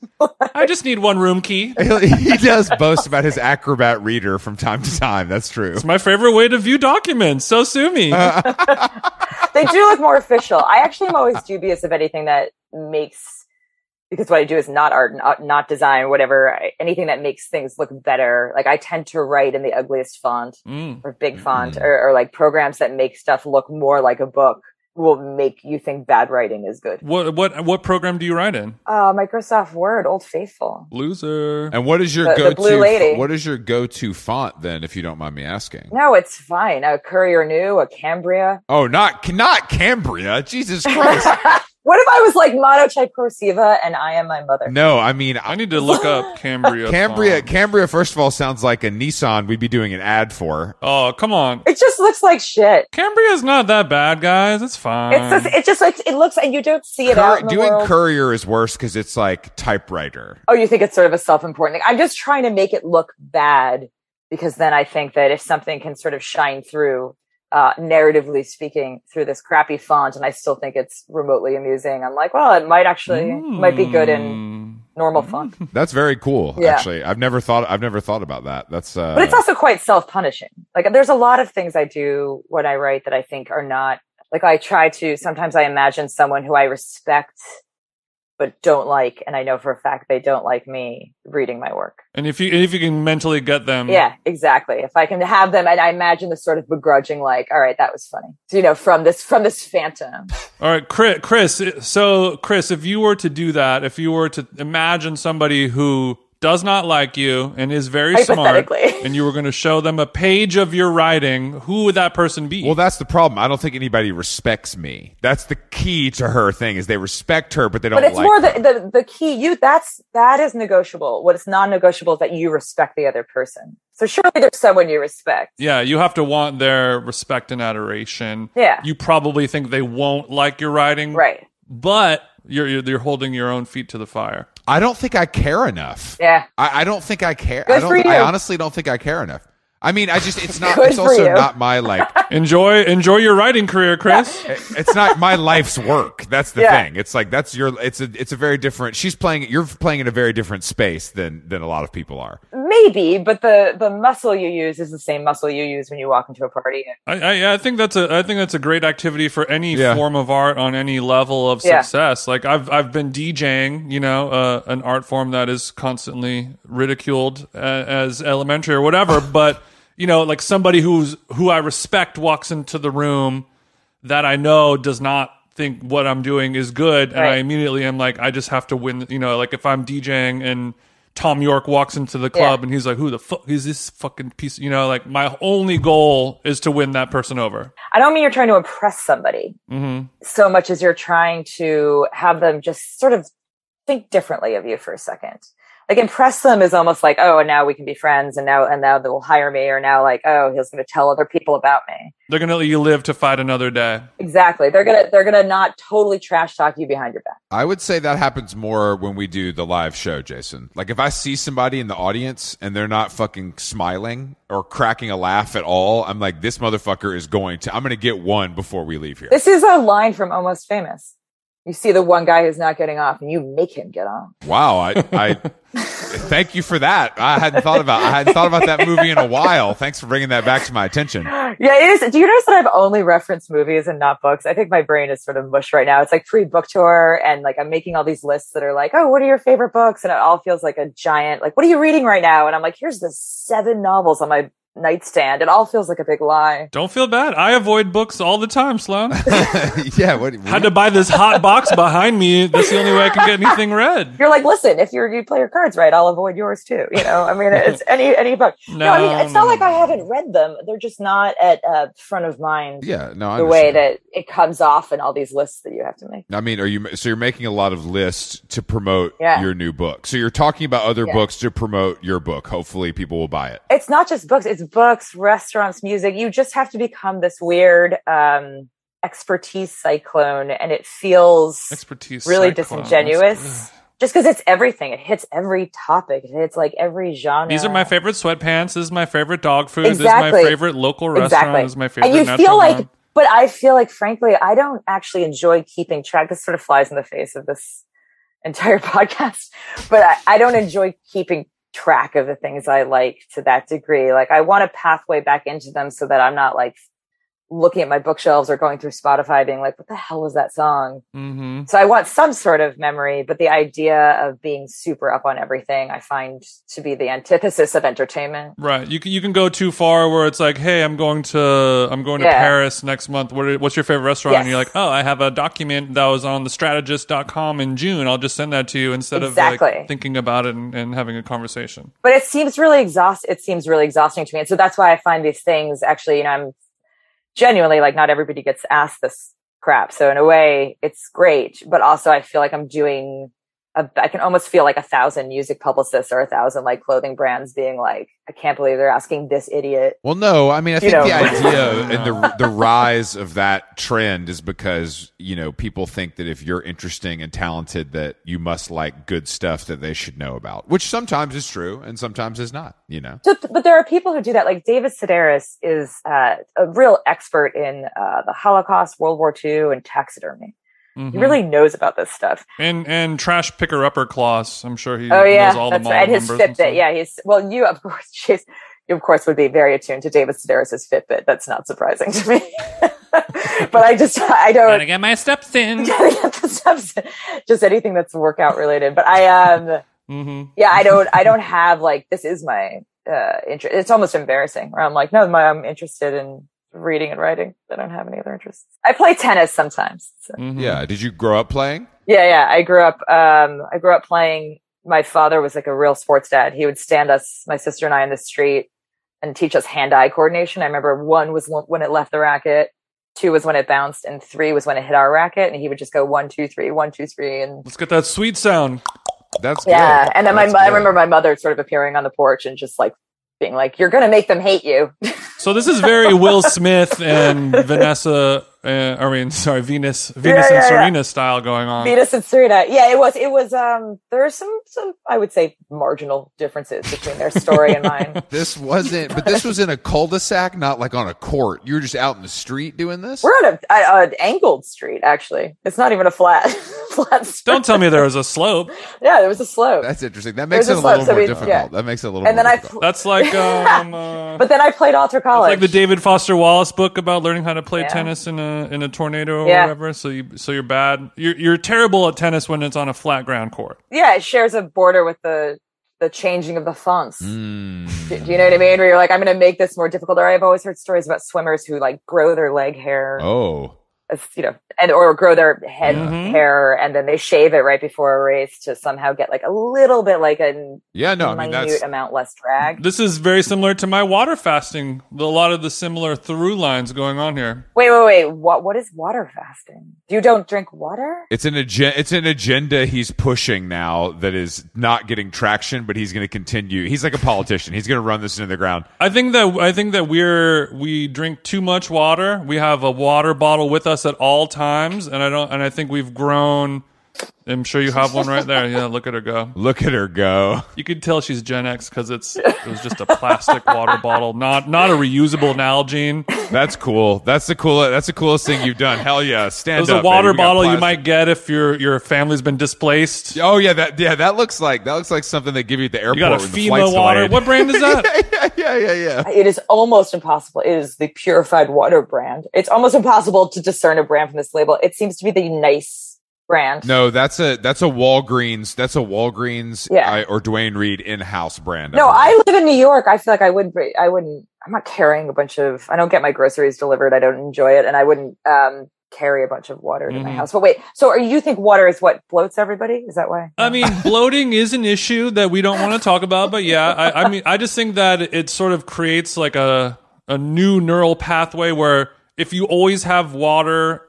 Speaker 2: I just need one room key.
Speaker 1: He'll- *laughs* he does boast about his Acrobat reader from time to time. That's true.
Speaker 2: It's my favorite way to view documents. So
Speaker 1: *laughs*
Speaker 2: sue me.
Speaker 3: they do look more official. I actually am always dubious of anything that makes because what I do is not art, not, not design, whatever. I, anything that makes things look better. Like I tend to write in the ugliest font
Speaker 2: Mm.
Speaker 3: or big font or, or like programs that make stuff look more like a book will make you think bad writing is good.
Speaker 2: What what what program do you write in?
Speaker 3: Uh, Microsoft Word, Old Faithful.
Speaker 2: Loser.
Speaker 1: And what is your
Speaker 3: The- the
Speaker 1: go-to?
Speaker 3: Blue Lady.
Speaker 1: What is your go-to font then, if you don't mind me asking?
Speaker 3: No, it's fine. A Courier New, a Cambria.
Speaker 1: Oh, not not Cambria. Jesus
Speaker 3: *laughs*
Speaker 1: Christ.
Speaker 3: What if I was like Motto Type Cursiva and I am my mother?
Speaker 1: no, I mean
Speaker 2: I need to look
Speaker 3: *laughs*
Speaker 2: up Cambria.
Speaker 1: Cambria.
Speaker 2: Farm.
Speaker 1: Cambria. First of all, sounds like a Nissan. We'd be doing an ad for.
Speaker 2: Oh come on.
Speaker 3: It just looks like shit.
Speaker 2: Cambria's not that bad, guys. It's fine.
Speaker 3: It's just, it just like it looks and you don't see it out
Speaker 1: Um, Cur-
Speaker 3: in the
Speaker 1: doing
Speaker 3: world.
Speaker 1: courier is worse because it's like typewriter.
Speaker 3: oh, you think it's sort of a self-important thing? I'm just trying to make it look bad because then I think that if something can sort of shine through, uh, narratively speaking, through this crappy font, and I still think it's remotely amusing, I'm like, well, it might actually might be good
Speaker 1: Hmm.
Speaker 3: in
Speaker 2: Mm.
Speaker 3: normal font,
Speaker 1: That's very cool.
Speaker 3: Yeah.
Speaker 1: Actually, I've never thought. I've never thought about that. That's. Uh,
Speaker 3: but it's also quite self-punishing. Like, there's a lot of things I do when I write that I think are not like I try to. Sometimes I imagine someone who I respect. But don't like, and I know for a fact they don't like me reading my work.
Speaker 2: And if you if you can mentally get
Speaker 1: Mm.
Speaker 2: them,
Speaker 3: Yeah, exactly. If I can have them, and I imagine the sort of begrudging, like, all right, that was funny. So, you know, from this, from this phantom.
Speaker 2: All right, Chris, Chris. So, Chris, if you were to do that, if you were to imagine somebody who does not like you and is very smart,
Speaker 3: Hypothetically.
Speaker 2: and you were going to show them a page of your writing, who would that person be?
Speaker 1: Well, that's the problem. I don't think anybody respects me. That's the key to her thing is they respect her, but they don't
Speaker 3: But it's
Speaker 1: like
Speaker 3: more
Speaker 1: her.
Speaker 3: the, the, the key you, that's, that is negotiable. What is non-negotiable is that you respect the other person. So surely there's someone you respect.
Speaker 2: yeah, you have to want their respect and adoration.
Speaker 3: Yeah.
Speaker 2: you probably think they won't like your writing,
Speaker 3: Right.
Speaker 2: But you're you're, you're holding your own feet to the fire. *laughs*
Speaker 1: I don't think I care enough.
Speaker 3: Yeah.
Speaker 1: I, I don't think I care.
Speaker 3: Good
Speaker 1: I don't.
Speaker 3: for
Speaker 1: thi-
Speaker 3: you.
Speaker 1: I honestly don't think I care enough. I mean, I just it's not.
Speaker 3: Good
Speaker 1: it's
Speaker 3: for
Speaker 1: also
Speaker 3: you.
Speaker 1: not my
Speaker 3: *laughs*
Speaker 1: like.
Speaker 2: Enjoy enjoy your writing career, Chris.
Speaker 1: it's not my life's work. That's the
Speaker 3: Yeah.
Speaker 1: thing. It's like that's your. It's a. It's a very different. She's playing. You're playing in a very different space than than a lot of people are.
Speaker 3: Maybe, but the, the muscle you use is the same muscle you use when you walk into a party.
Speaker 2: I, I, I think that's a I think that's a great activity for any
Speaker 1: Yeah.
Speaker 2: form of art on any level of
Speaker 3: Yeah.
Speaker 2: success. Like I've I've been DJing, you know, uh, an art form that is constantly ridiculed uh, as elementary or whatever. *laughs* but you know, like somebody who's who I respect walks into the room that I know does not think what I'm doing is good, and I
Speaker 3: Right.
Speaker 2: immediately am like, I just have to win. You know, like if I'm DJing and Tom York walks into the club
Speaker 3: Yeah.
Speaker 2: and he's like, "Who the fuck is this fucking piece?" You know, like my only goal is to win that person over. Mm-hmm.
Speaker 3: I don't mean you're trying to impress somebody so much as you're trying to have them just sort of think differently of you for a second. like impress them is almost like oh and now we can be friends and now and now they'll hire me or now like oh he's going to tell other people about me
Speaker 2: They're gonna let you live to fight another day.
Speaker 3: exactly they're gonna they're gonna not totally trash talk you behind your back
Speaker 1: I would say that happens more when we do the live show, Jason. Like if I see somebody in the audience and they're not fucking smiling or cracking a laugh at all, I'm like, this motherfucker is going to, I'm going to get one before we leave
Speaker 3: *laughs*
Speaker 1: here.
Speaker 3: this is a line from almost famous you see the one guy who's not getting off and you make him get on
Speaker 1: Wow. I, I thank you for that. I hadn't thought about, I hadn't thought about that movie in a while. Thanks for bringing that back to my
Speaker 3: *laughs*
Speaker 1: attention.
Speaker 3: yeah it is do you notice that i've only referenced movies and not books i think my brain is sort of mush right now it's like pre-book tour and like i'm making all these lists that are like oh what are your favorite books and it all feels like a giant like what are you reading right now and i'm like here's the seven novels on my nightstand it all feels like a big lie
Speaker 2: Don't feel bad. I avoid books all the time,
Speaker 3: *laughs*
Speaker 2: Sloan.
Speaker 1: yeah. What,
Speaker 2: Had to buy this hot box behind me. That's the only way I can get anything read.
Speaker 3: you're like, listen, if you're, you play your cards right, I'll avoid yours too. You know, I mean, it's any any book. No, I mean, it's
Speaker 2: No,
Speaker 3: not
Speaker 2: no,
Speaker 3: like
Speaker 2: no,
Speaker 3: I
Speaker 2: no.
Speaker 3: haven't read them. They're just not at uh, front of mind
Speaker 1: yeah. No, I
Speaker 3: the way
Speaker 1: understand.
Speaker 3: that it comes off in all these lists that you have to make.
Speaker 1: I mean, are you so you're making a lot of lists to promote
Speaker 3: Yeah.
Speaker 1: your new book? So you're talking about other
Speaker 3: Yeah.
Speaker 1: books to promote your book. Hopefully, people will buy it.
Speaker 3: It's not just books; it's books, restaurants, music. You just have to become this weird um, expertise cyclone, and it feels
Speaker 2: Expertise.
Speaker 3: really
Speaker 2: cyclone.
Speaker 3: disingenuous. Just because it's everything, it hits every topic. It hits like every genre.
Speaker 2: These are my favorite sweatpants. This is my favorite dog food. This
Speaker 3: Exactly.
Speaker 2: is my favorite local restaurant.
Speaker 3: Exactly.
Speaker 2: This is my favorite.
Speaker 3: and you
Speaker 2: natural
Speaker 3: feel like
Speaker 2: wine.
Speaker 3: but i feel like frankly i don't actually enjoy keeping track this sort of flies in the face of this entire *laughs* podcast but i, I don't enjoy keeping track of the things i like to that degree like i want a pathway back into them so that i'm not like looking at my bookshelves or going through spotify being like what the hell was that song
Speaker 2: Mhm.
Speaker 3: so i want some sort of memory but the idea of being super up on everything i find to be the antithesis of entertainment
Speaker 2: Right. You can, you can go too far where it's like, hey, I'm going to I'm going to
Speaker 3: Yeah.
Speaker 2: Paris next month. What are, what's your favorite restaurant? And
Speaker 3: Yes.
Speaker 2: you're like, oh, I have a document that was on thestrategist.com in June. I'll just send that to you instead of
Speaker 3: Exactly.
Speaker 2: like, thinking about it and, and having a conversation.
Speaker 3: but it seems really exhaust it seems really exhausting to me and so that's why i find these things actually you know i'm genuinely like not everybody gets asked this crap so in a way it's great but also i feel like i'm doing a, i can almost feel like a thousand music publicists or a thousand like clothing brands being like i can't believe they're asking this idiot
Speaker 1: Well, no, I mean, I
Speaker 3: You
Speaker 1: think the
Speaker 3: know. *laughs*
Speaker 1: idea and the the rise of that trend is because you know people think that if you're interesting and talented, that you must like good stuff that they should know about, which sometimes is true and sometimes is not. You know,
Speaker 3: So, but there are people who do that. Like David Sedaris is uh, a real expert in uh, the Holocaust, World War II, and taxidermy.
Speaker 2: Mhm.
Speaker 3: He really knows about this stuff.
Speaker 2: And and trash picker upper claws. I'm sure he
Speaker 3: Oh yeah,
Speaker 2: knows all the
Speaker 3: that's
Speaker 2: mall
Speaker 3: right. And his
Speaker 2: numbers and
Speaker 3: Fitbit.
Speaker 2: stuff.
Speaker 3: Yeah, he's well. You of course, *laughs* geez, you of course would be very attuned to David Sedaris's Fitbit. That's not surprising to me. *laughs* but I just I
Speaker 2: Gotta
Speaker 3: don't
Speaker 2: get my steps
Speaker 3: *laughs*
Speaker 2: in.
Speaker 3: just anything that's workout related. But I um
Speaker 2: hmm
Speaker 3: yeah I don't I don't have like this is my uh interest. It's almost embarrassing where I'm like no my, I'm interested in reading and writing. I don't have any other interests. I play tennis sometimes. So.
Speaker 2: Mm-hmm.
Speaker 1: yeah. Did you grow up playing?
Speaker 3: Yeah, yeah. I grew up. Um, I grew up playing. My father was like a real sports dad. He would stand us, my sister and I, in the street and teach us hand-eye coordination. I remember one was lo- when it left the racket, two was when it bounced, and three was when it hit our racket. And he would just go one, two, three, one, two, three, and
Speaker 2: Let's get that sweet sound.
Speaker 1: That's
Speaker 3: yeah.
Speaker 1: good.
Speaker 3: And then my
Speaker 1: That's
Speaker 3: mo- I
Speaker 1: good.
Speaker 3: remember my mother sort of appearing on the porch and just like being like, "You're gonna make them hate you."
Speaker 1: Mm.
Speaker 2: So this is very Will Smith and Vanessa. Uh, I mean, sorry, Venus, Venus
Speaker 3: Yeah,
Speaker 2: and
Speaker 3: yeah, yeah.
Speaker 2: Serena style going on.
Speaker 3: Venus and Serena. Yeah, it was. It was. Um, there are some some I would say marginal differences between their story and mine.
Speaker 1: This wasn't, but this was in a cul-de-sac, not like on a court. You were just out in the street doing this.
Speaker 3: We're on a, a, an angled street, actually. It's not even a flat *laughs* flat street.
Speaker 2: Don't tell me there was a slope.
Speaker 3: Yeah, there was a slope.
Speaker 1: That's interesting. That makes
Speaker 3: There's
Speaker 1: it
Speaker 3: a
Speaker 1: a
Speaker 3: slope,
Speaker 1: little
Speaker 3: so
Speaker 1: more
Speaker 3: we-
Speaker 1: difficult.
Speaker 3: yeah.
Speaker 1: That makes it a little.
Speaker 3: and
Speaker 1: more
Speaker 3: then I,
Speaker 1: difficult.
Speaker 3: pl-
Speaker 2: That's like um, uh,
Speaker 3: but then I played altar college.
Speaker 2: like the David Foster Wallace book about learning how to play
Speaker 3: Yeah.
Speaker 2: tennis in a in a tornado or
Speaker 3: Yeah.
Speaker 2: whatever. So you so you're bad. You're you're terrible at tennis when it's on a flat ground court.
Speaker 3: yeah, it shares a border with the the changing of the fonts.
Speaker 1: Mm.
Speaker 3: *laughs* Do, do you know what I mean? Where you're like, I'm going to make this more difficult. Or I've always heard stories about swimmers who like grow their leg hair
Speaker 1: Oh,
Speaker 3: as, you know, and or grow their head
Speaker 2: Mhm.
Speaker 3: hair, and then they shave it right before a race to somehow get like a little bit like a
Speaker 1: Yeah, no, I mean
Speaker 3: minute
Speaker 1: that's
Speaker 3: amount less drag.
Speaker 2: This is very similar to my water fasting. A lot of the similar through lines going on here.
Speaker 3: Wait, wait, wait. What what is water fasting? You don't drink water?
Speaker 1: it's an agenda. It's an agenda he's pushing now that is not getting traction, but he's going to continue. He's like a politician. He's going to run this into the ground.
Speaker 2: I think that I think that we're we drink too much water. We have a water bottle with us at all times, and I don't. And I think we've grown. I'm sure you have one right there. Yeah, look at her go.
Speaker 1: Look at her go.
Speaker 2: You could tell she's Gen X because it's it was just a plastic water bottle, not not a reusable Nalgene. It
Speaker 1: That's cool. That's the coolest. That's the coolest thing you've done. Hell yeah! Stand
Speaker 2: was
Speaker 1: up.
Speaker 2: a water
Speaker 1: baby. We got
Speaker 2: bottle you
Speaker 1: plastic.
Speaker 2: might get if your your family's been displaced.
Speaker 1: Oh yeah, that yeah that looks like that looks like something they give you at the airport.
Speaker 2: You got a
Speaker 1: when the flight's
Speaker 2: FEMA water.
Speaker 1: delayed. *laughs*
Speaker 2: What brand is that?
Speaker 1: yeah, yeah, yeah, yeah.
Speaker 3: It is almost impossible. It is the purified water brand. It's almost impossible to discern a brand from this label. It seems to be the nice brand.
Speaker 1: No, that's a that's a Walgreens. That's a Walgreens
Speaker 3: Yeah.
Speaker 1: I, or Dwayne Reed in-house brand.
Speaker 3: No,
Speaker 1: believe.
Speaker 3: I live in New York. I feel like I would. br- I wouldn't. I'm not carrying a bunch of. I don't get my groceries delivered. I don't enjoy it, and I wouldn't um, carry a bunch of water to my
Speaker 2: Mhm.
Speaker 3: house. But wait, so are you think water is what bloats everybody? Is that why?
Speaker 2: I mean, bloating is an issue that we don't want to talk about, but yeah, I, I mean, I just think that it sort of creates like a a new neural pathway where if you always have water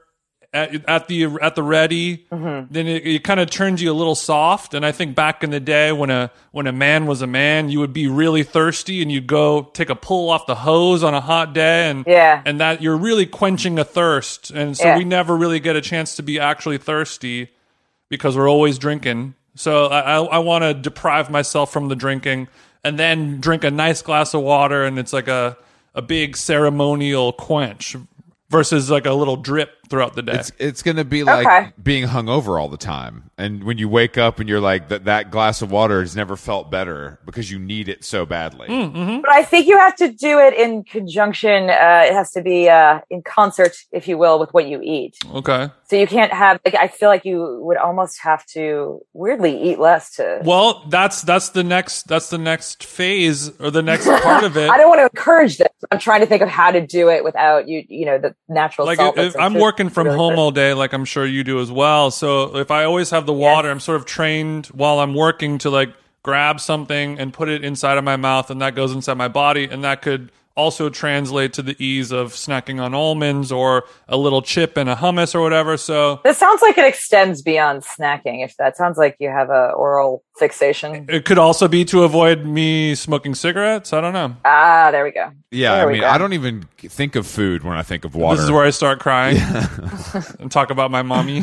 Speaker 2: at, at the at the ready,
Speaker 3: Mm-hmm.
Speaker 2: then it, it kind of turns you a little soft. And I think back in the day when a when a man was a man, you would be really thirsty and you'd go take a pull off the hose on a hot day, and
Speaker 3: Yeah.
Speaker 2: and that you're really quenching a thirst, and so
Speaker 3: Yeah.
Speaker 2: we never really get a chance to be actually thirsty because we're always drinking. So I, I, I want to deprive myself from the drinking and then drink a nice glass of water, and it's like a, a big ceremonial quench versus like a little drip throughout the day.
Speaker 1: It's it's gonna be like
Speaker 3: Okay.
Speaker 1: being hungover all the time, and when you wake up and you're like that that glass of water has never felt better because you need it so badly.
Speaker 3: But I think you have to do it in conjunction. Uh, it has to be uh, in concert, if you will, with what you eat.
Speaker 2: okay.
Speaker 3: So you can't have. Like, I feel like you would almost have to weirdly eat less to.
Speaker 2: Well, that's that's the next that's the next phase or the next part of it.
Speaker 3: *laughs* I don't want to encourage this. I'm trying to think of how to do it without you. You know, the natural.
Speaker 2: like if,
Speaker 3: salt that's
Speaker 2: if
Speaker 3: in
Speaker 2: I'm
Speaker 3: food.
Speaker 2: working from
Speaker 3: Really
Speaker 2: home
Speaker 3: good.
Speaker 2: all day, like I'm sure you do as well. So if I always have the water, I'm sort of trained while I'm working to like grab something and put it inside of my mouth, and that goes inside my body, and that could also translate to the ease of snacking on almonds or a little chip and a hummus or whatever. So
Speaker 3: This sounds like it extends beyond snacking. If that sounds like you have a oral fixation,
Speaker 2: it could also be to avoid me smoking cigarettes. I don't know.
Speaker 3: ah, there we go.
Speaker 1: Yeah,
Speaker 3: There
Speaker 1: I
Speaker 3: we
Speaker 1: mean,
Speaker 3: go.
Speaker 1: I don't even think of food when I think of water.
Speaker 2: This is where I start crying *laughs* and talk about my mommy.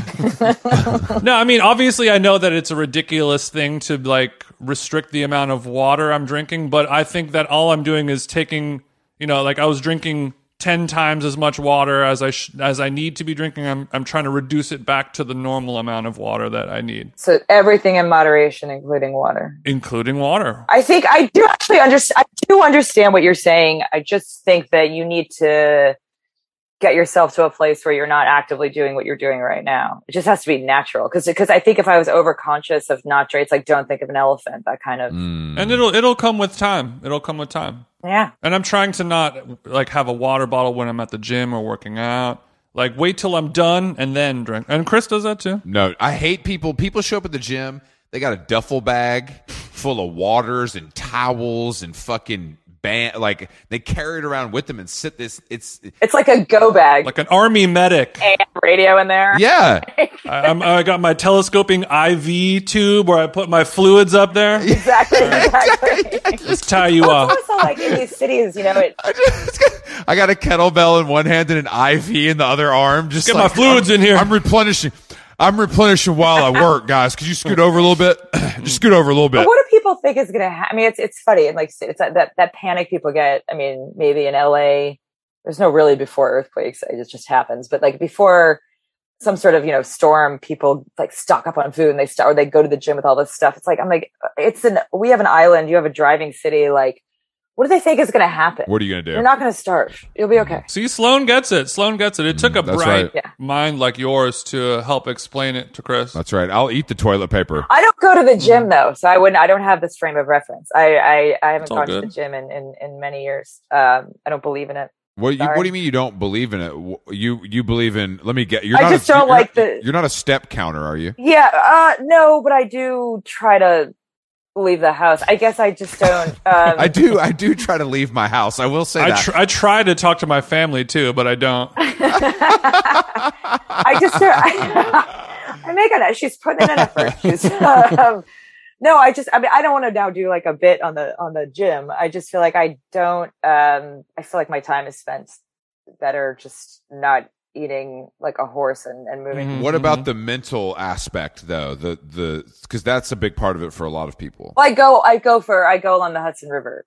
Speaker 2: no, I mean, obviously, I know that it's a ridiculous thing to like restrict the amount of water I'm drinking, but I think that all I'm doing is taking, you know, like I was drinking 10 times as much water as I sh- as I need to be drinking. I'm I'm trying to reduce it back to the normal amount of water that I need,
Speaker 3: So everything in moderation, including water.
Speaker 2: including wawater.
Speaker 3: I think I do actually understand. I do understand what you're saying. I just think that you need to get yourself to a place where you're not actively doing what you're doing right now. It just has to be natural. Cause, cause I think if I was overconscious of not dra- it's like, don't think of an elephant, that kind of,
Speaker 1: Mm.
Speaker 2: And it'll it'll come with time. It'll come with time.
Speaker 3: yeah.
Speaker 2: And I'm trying to not like have a water bottle when I'm at the gym or working out. Like wait till I'm done and then drink. And Chris does that too.
Speaker 1: No, I hate people. People show up at the gym. They got a duffel bag full of waters and towels and fucking band. Like they carry it around with them and sit this. It's
Speaker 3: It's like a go bag
Speaker 2: Like an army medic. I,
Speaker 3: and radio in there.
Speaker 1: yeah,
Speaker 2: I'm, I got my telescoping IV tube where I put my fluids up there.
Speaker 3: Exactly. exactly. *laughs*
Speaker 2: Let's tie you up.
Speaker 3: also like in these cities, you know, it,
Speaker 1: I got a kettlebell in one hand and an IV in the other arm. Just
Speaker 2: Get my
Speaker 1: like,
Speaker 2: fluids
Speaker 1: I'm-
Speaker 2: in here.
Speaker 1: I'm replenishing. I'm replenishing while I work, guys. Could you scoot over a little bit? *clears throat* Just scoot over a little bit.
Speaker 3: what do people think is going to happen? I mean, it's it's funny and like it's that, that that panic people get. I mean, maybe in LA, there's no really before earthquakes; it just, just happens. But like before some sort of you know storm, people like stock up on food and they start or they go to the gym with all this stuff. It's like I'm like uh, it's an we have an island, you have a driving city. Like, what do they think is going to happen?
Speaker 1: What are you gonna do?
Speaker 3: You're not going to starve. You'll
Speaker 1: Mm-hmm.
Speaker 3: be okay.
Speaker 2: See, Sloan gets it. Sloan gets it. It took a
Speaker 1: Mm, that's
Speaker 2: bright
Speaker 1: right.
Speaker 3: Yeah.
Speaker 2: mind like yours to help explain it to Chris.
Speaker 1: That's right. I'll eat the toilet paper.
Speaker 3: I don't go to the
Speaker 1: Mm-hmm.
Speaker 3: gym though, so I wouldn't. I don't have this frame of reference. I I, I haven't
Speaker 2: all
Speaker 3: gone to
Speaker 2: good.
Speaker 3: the gym in in, in many years. Um, I don't believe in it.
Speaker 1: What you,
Speaker 3: Sorry.
Speaker 1: what do you mean you don't believe in it? W- You you believe in? Let me get. You're
Speaker 3: I
Speaker 1: not
Speaker 3: just
Speaker 1: a,
Speaker 3: don't
Speaker 1: you're
Speaker 3: like
Speaker 1: not-
Speaker 3: the-
Speaker 1: You're not a step counter, are you?
Speaker 3: Yeah, uh, no, but I do try to leave the house. I guess I just don't. Um,
Speaker 1: I *laughs* do. I do try to leave my house. I will say
Speaker 2: I,
Speaker 1: that.
Speaker 2: tr- I try to talk to my family too, but I don't.
Speaker 3: I just *laughs* I, I make an effort. She's putting in an effort. She's, um, no, I just I mean I don't want to now do like a bit on the on the gym. I just feel like I don't. um I feel like my time is spent better just not eating like a horse and, and moving.
Speaker 2: Mhm.
Speaker 1: what about the mental aspect, though? The the because that's a big part of it for a lot of people.
Speaker 3: Well, I go I go for I go along the Hudson River.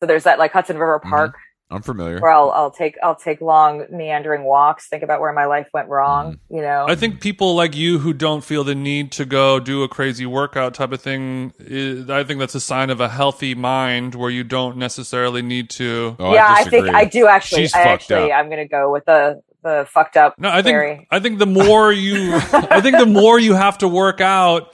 Speaker 3: So there's that like Hudson River Park
Speaker 1: I'm familiar.
Speaker 3: where I'll I'll take I'll take long meandering walks, think about where my life went wrong.
Speaker 1: Mm-hmm.
Speaker 3: You know,
Speaker 2: I think people like you who don't feel the need to go do a crazy workout type of thing, is, I think that's a sign of a healthy mind where you don't necessarily need to.
Speaker 1: Oh,
Speaker 3: yeah, I,
Speaker 1: disagree.
Speaker 3: think I do actually.
Speaker 1: She's
Speaker 3: I
Speaker 1: fucked
Speaker 3: actually,
Speaker 1: up.
Speaker 3: I'm gonna go with the the fucked up.
Speaker 2: No, I think
Speaker 3: theory.
Speaker 2: I think the more you I think the more you have to work out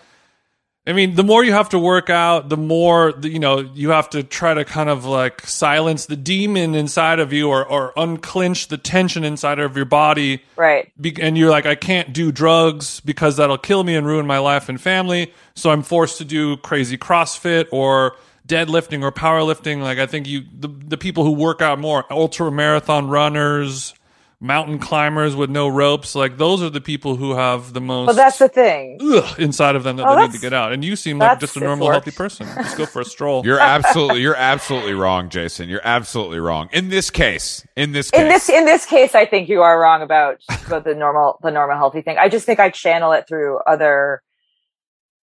Speaker 2: I mean, the more you have to work out, the more the- you know, you have to try to kind of like silence the demon inside of you or or unclench the tension inside of your body.
Speaker 3: right.
Speaker 2: Be- and you're like, I can't do drugs because that'll kill me and ruin my life and family. So I'm forced to do crazy CrossFit or deadlifting or powerlifting. Like I think you, the, the people who work out more, ultra marathon runners, mountain climbers with no ropes, like those are the people who have the most
Speaker 3: Well, that's the thing.
Speaker 2: ugh inside of them that
Speaker 3: Oh,
Speaker 2: they need to
Speaker 3: that's-
Speaker 2: get out. And you seem like
Speaker 3: that's-
Speaker 2: just a
Speaker 3: it
Speaker 2: normal,
Speaker 3: works.
Speaker 2: healthy person. Just go for a
Speaker 3: *laughs*
Speaker 2: stroll.
Speaker 1: You're absolutely you're absolutely wrong, Jason. You're absolutely wrong. In this case, in this case,
Speaker 3: In this in this case, I think you are
Speaker 1: *laughs*
Speaker 3: wrong about about the normal the normal healthy thing. I just think I channel it through other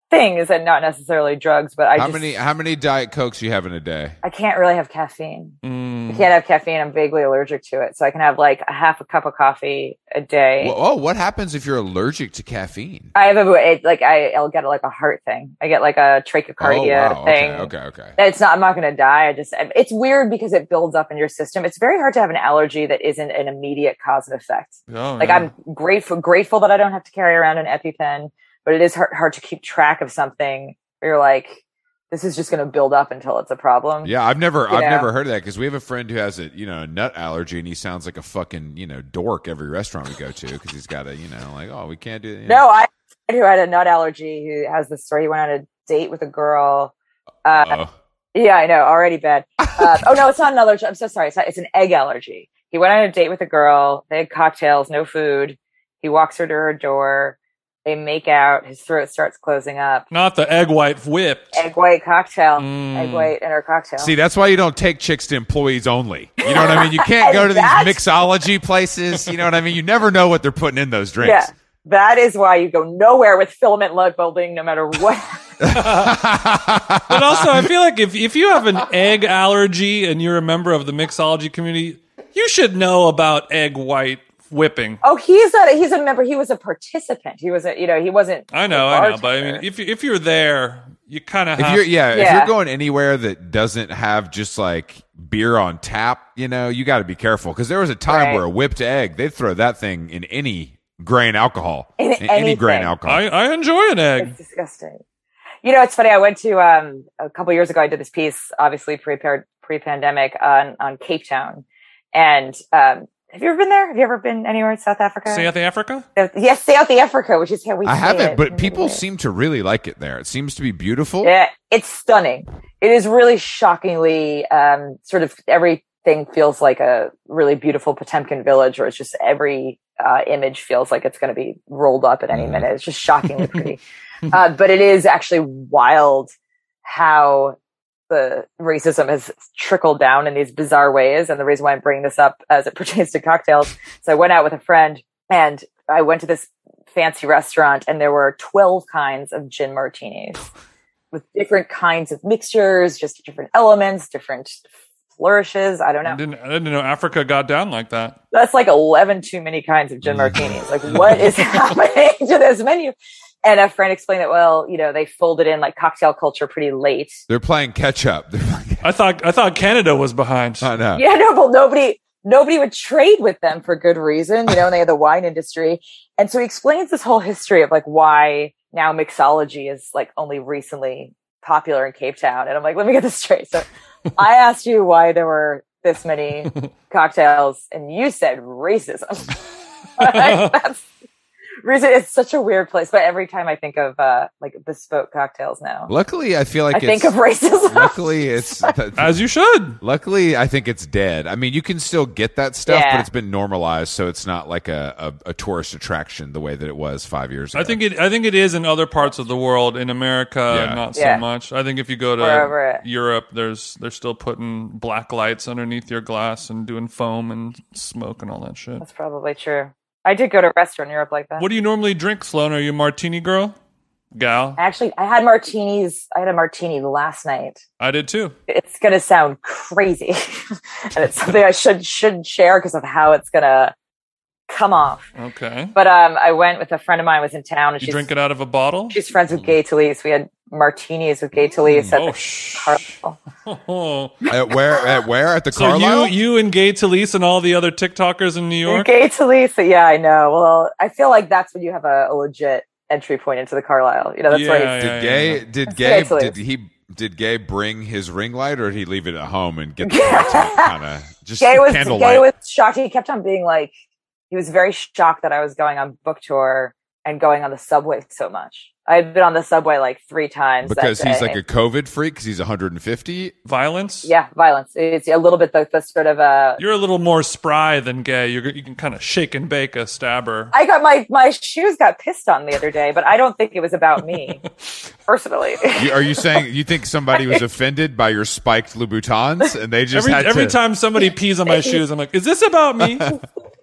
Speaker 3: things and not necessarily drugs. But I
Speaker 1: how
Speaker 3: just
Speaker 1: many how many diet cokes you have in a day?
Speaker 3: I can't really have caffeine. I
Speaker 1: Mm-hmm.
Speaker 2: Mm.
Speaker 3: can't have caffeine. I'm vaguely allergic to it, so I can have like a half a cup of coffee a day.
Speaker 1: Wha- Oh, what happens if you're allergic to caffeine?
Speaker 3: I have a it, like I, I'll get like a heart thing. I get like a trachecardia
Speaker 1: oh, wow.
Speaker 3: thing.
Speaker 1: Okay, okay, okay.
Speaker 3: It's not. I'm not going to die. I just. It's weird because it builds up in your system. It's very hard to have an allergy that isn't an immediate cause and effect.
Speaker 2: Oh,
Speaker 3: Like
Speaker 2: yeah.
Speaker 3: I'm
Speaker 1: Mm-hmm.
Speaker 3: grateful grateful that I don't have to carry around an EpiPen, but it is hard, hard to keep track of something. Where you're like, this is just going to build up until it's a problem.
Speaker 1: Yeah, I've never,
Speaker 3: You
Speaker 1: I've
Speaker 3: know?
Speaker 1: never heard of that because we have a friend who has a, you know, a nut allergy, and he sounds like a fucking, you know, dork every restaurant we go to because he's got a, you know, like, oh, we can't do. You know.
Speaker 3: No, I who had a nut allergy who has this story. He went on a date with a girl. Uh,
Speaker 1: Oh.
Speaker 3: Yeah, I know.
Speaker 2: *laughs*
Speaker 3: Already bad. Uh, oh no, it's not an allergy. I'm so sorry. It's, not, it's an egg allergy. He went on a date with a girl. They had cocktails, no food. He walks her to her door. They make out. His throat starts closing up.
Speaker 2: not the egg white whipped.
Speaker 3: Egg white cocktail.
Speaker 2: Mm.
Speaker 3: Egg white in her cocktail.
Speaker 1: See, that's why you don't take chicks to employees only. You know what I mean?
Speaker 3: *laughs*
Speaker 1: You can't go to these
Speaker 3: That's-
Speaker 1: mixology places. You know what I mean? You never know what they're putting in those drinks.
Speaker 3: yeah, that is why you go nowhere with filament light bulbing, no matter
Speaker 2: *laughs*
Speaker 3: what.
Speaker 2: But also, I feel like if, if you have an egg allergy and you're a member of the mixology community, you should know about egg white whipping.
Speaker 3: oh, he's not. A, he's a member. He was a participant. He was a. You know, he wasn't.
Speaker 2: I know,
Speaker 3: a
Speaker 2: I know, but I
Speaker 3: bartender.
Speaker 2: mean, if you, if you're there, you kind of
Speaker 1: if
Speaker 2: have.
Speaker 1: you're yeah, if
Speaker 3: Yeah.
Speaker 1: you're going anywhere that doesn't have just like beer on tap, you know, you got to be careful because there was a time
Speaker 3: Right.
Speaker 1: where a whipped egg, they'd throw that thing in any grain alcohol,
Speaker 3: In
Speaker 1: any grain
Speaker 3: anything.
Speaker 1: alcohol.
Speaker 2: I, I enjoy an egg.
Speaker 3: It's disgusting. You know, it's funny. I went to um, a couple years ago. I did this piece, obviously pre pre pandemic, on on Cape Town. And um, have you ever been there? Have you ever been anywhere in South Africa?
Speaker 2: South Africa?
Speaker 3: yes, South Africa, which is how we.
Speaker 1: I
Speaker 3: say
Speaker 1: haven't,
Speaker 3: it.
Speaker 1: but people seem to really like it there. It seems to be beautiful.
Speaker 3: Yeah, it's stunning. It is really shockingly um, sort of everything feels like a really beautiful Potemkin village, where it's just every uh, image feels like it's going to be rolled up at any
Speaker 1: Mhm.
Speaker 3: minute. It's just shockingly pretty, uh, but it is actually wild how the racism has trickled down in these bizarre ways. And the reason why I'm bringing this up as it *laughs* pertains to cocktails, so I went out with a friend and I went to this fancy restaurant, and there were twelve kinds of gin martinis with different kinds of mixtures, just different elements, different flourishes. I don't
Speaker 2: I
Speaker 3: know.
Speaker 2: didn't, I didn't know Africa got down like that.
Speaker 3: That's like 11 too many kinds of gin martinis. Like, what is happening to this menu? And a friend explained that, well, you know, they folded in like cocktail culture pretty late.
Speaker 1: They're playing catch up. *laughs* They're like,
Speaker 2: I thought I thought Canada was behind.
Speaker 1: I know.
Speaker 3: Yeah, no, but nobody nobody would trade with them for good reason, you know,
Speaker 1: *laughs*
Speaker 3: and they had the wine industry. And so he explains this whole history of like why now mixology is like
Speaker 1: *laughs*
Speaker 3: only recently popular in Cape Town. And I'm like, let me get this straight. So I asked you why there were this many cocktails, and you
Speaker 1: *laughs*
Speaker 3: said racism. *laughs* Like, that's reason. It's such a weird place. But every time I think of uh, like bespoke cocktails now,
Speaker 1: Luckily, I feel like
Speaker 3: I
Speaker 1: it's,
Speaker 3: think of *laughs* racism.
Speaker 1: luckily
Speaker 3: *laughs*
Speaker 1: it's
Speaker 2: As you should.
Speaker 1: luckily I think it's dead. I mean, you can still get that stuff,
Speaker 3: Yeah.
Speaker 1: but it's been normalized, so it's not like a, a, a tourist attraction the way that it was five years ago.
Speaker 2: I think it. I think it is in other parts of the world. In America,
Speaker 1: Yeah.
Speaker 2: not so
Speaker 3: Yeah.
Speaker 2: much. I think if you go
Speaker 3: We're over
Speaker 2: to
Speaker 3: it.
Speaker 2: Europe, there's they're still putting black lights underneath your glass and doing foam and smoke and all that shit.
Speaker 3: That's probably true. I did go to a restaurant in Europe like that.
Speaker 2: What do you normally drink, Sloan? Are you a martini girl, gal?
Speaker 3: Actually, I had martinis. I had a martini last night.
Speaker 2: I did too.
Speaker 3: It's gonna sound crazy, *laughs* and it's something I should should share because of how it's gonna come off.
Speaker 2: Okay.
Speaker 3: But um, I went with a friend of mine who was in town, and
Speaker 2: You
Speaker 3: she's
Speaker 2: drink it out of a bottle.
Speaker 3: she's friends with Gay Talese. We had martinis with Gay Talese at
Speaker 2: Oh
Speaker 3: the
Speaker 2: sh. *laughs*
Speaker 3: Carlisle.
Speaker 1: at where at where at the
Speaker 2: So
Speaker 1: Carlisle.
Speaker 2: you you and Gay Talese and all the other TikTokers in New York.
Speaker 3: Gay Talese, yeah, I know. Well, I feel like that's when you have a, a legit entry point into the Carlisle. You know, that's where
Speaker 2: Yeah,
Speaker 3: it's-
Speaker 1: did
Speaker 2: yeah,
Speaker 1: Gay
Speaker 2: yeah.
Speaker 1: did Gay
Speaker 3: That's what it
Speaker 1: did
Speaker 3: is.
Speaker 1: he did Gay bring his ring light or did he leave it at home and
Speaker 3: *laughs*
Speaker 1: get the kind of just
Speaker 3: Gay was
Speaker 1: candlelight?
Speaker 3: Gay was shocked. He kept on being like, he was very shocked that I was going on book tour and going on the subway so much. I had been on the subway like three times that
Speaker 1: because he's
Speaker 3: day.
Speaker 1: like a COVID freak because he's 150.
Speaker 2: Violence.
Speaker 3: yeah, violence. It's a little bit the, the sort of uh,
Speaker 2: You're a little more spry than Gay. You're, you can kind of shake and bake a stabber.
Speaker 3: I got my my shoes got pissed on the other day, but I don't think it was
Speaker 1: *laughs*
Speaker 3: about me personally.
Speaker 1: You, are you saying you think somebody was offended by your spiked Louboutins and they just
Speaker 2: Every,
Speaker 1: had
Speaker 2: every
Speaker 1: to,
Speaker 2: time somebody pees
Speaker 3: *laughs*
Speaker 2: on my shoes, I'm like, is this about me?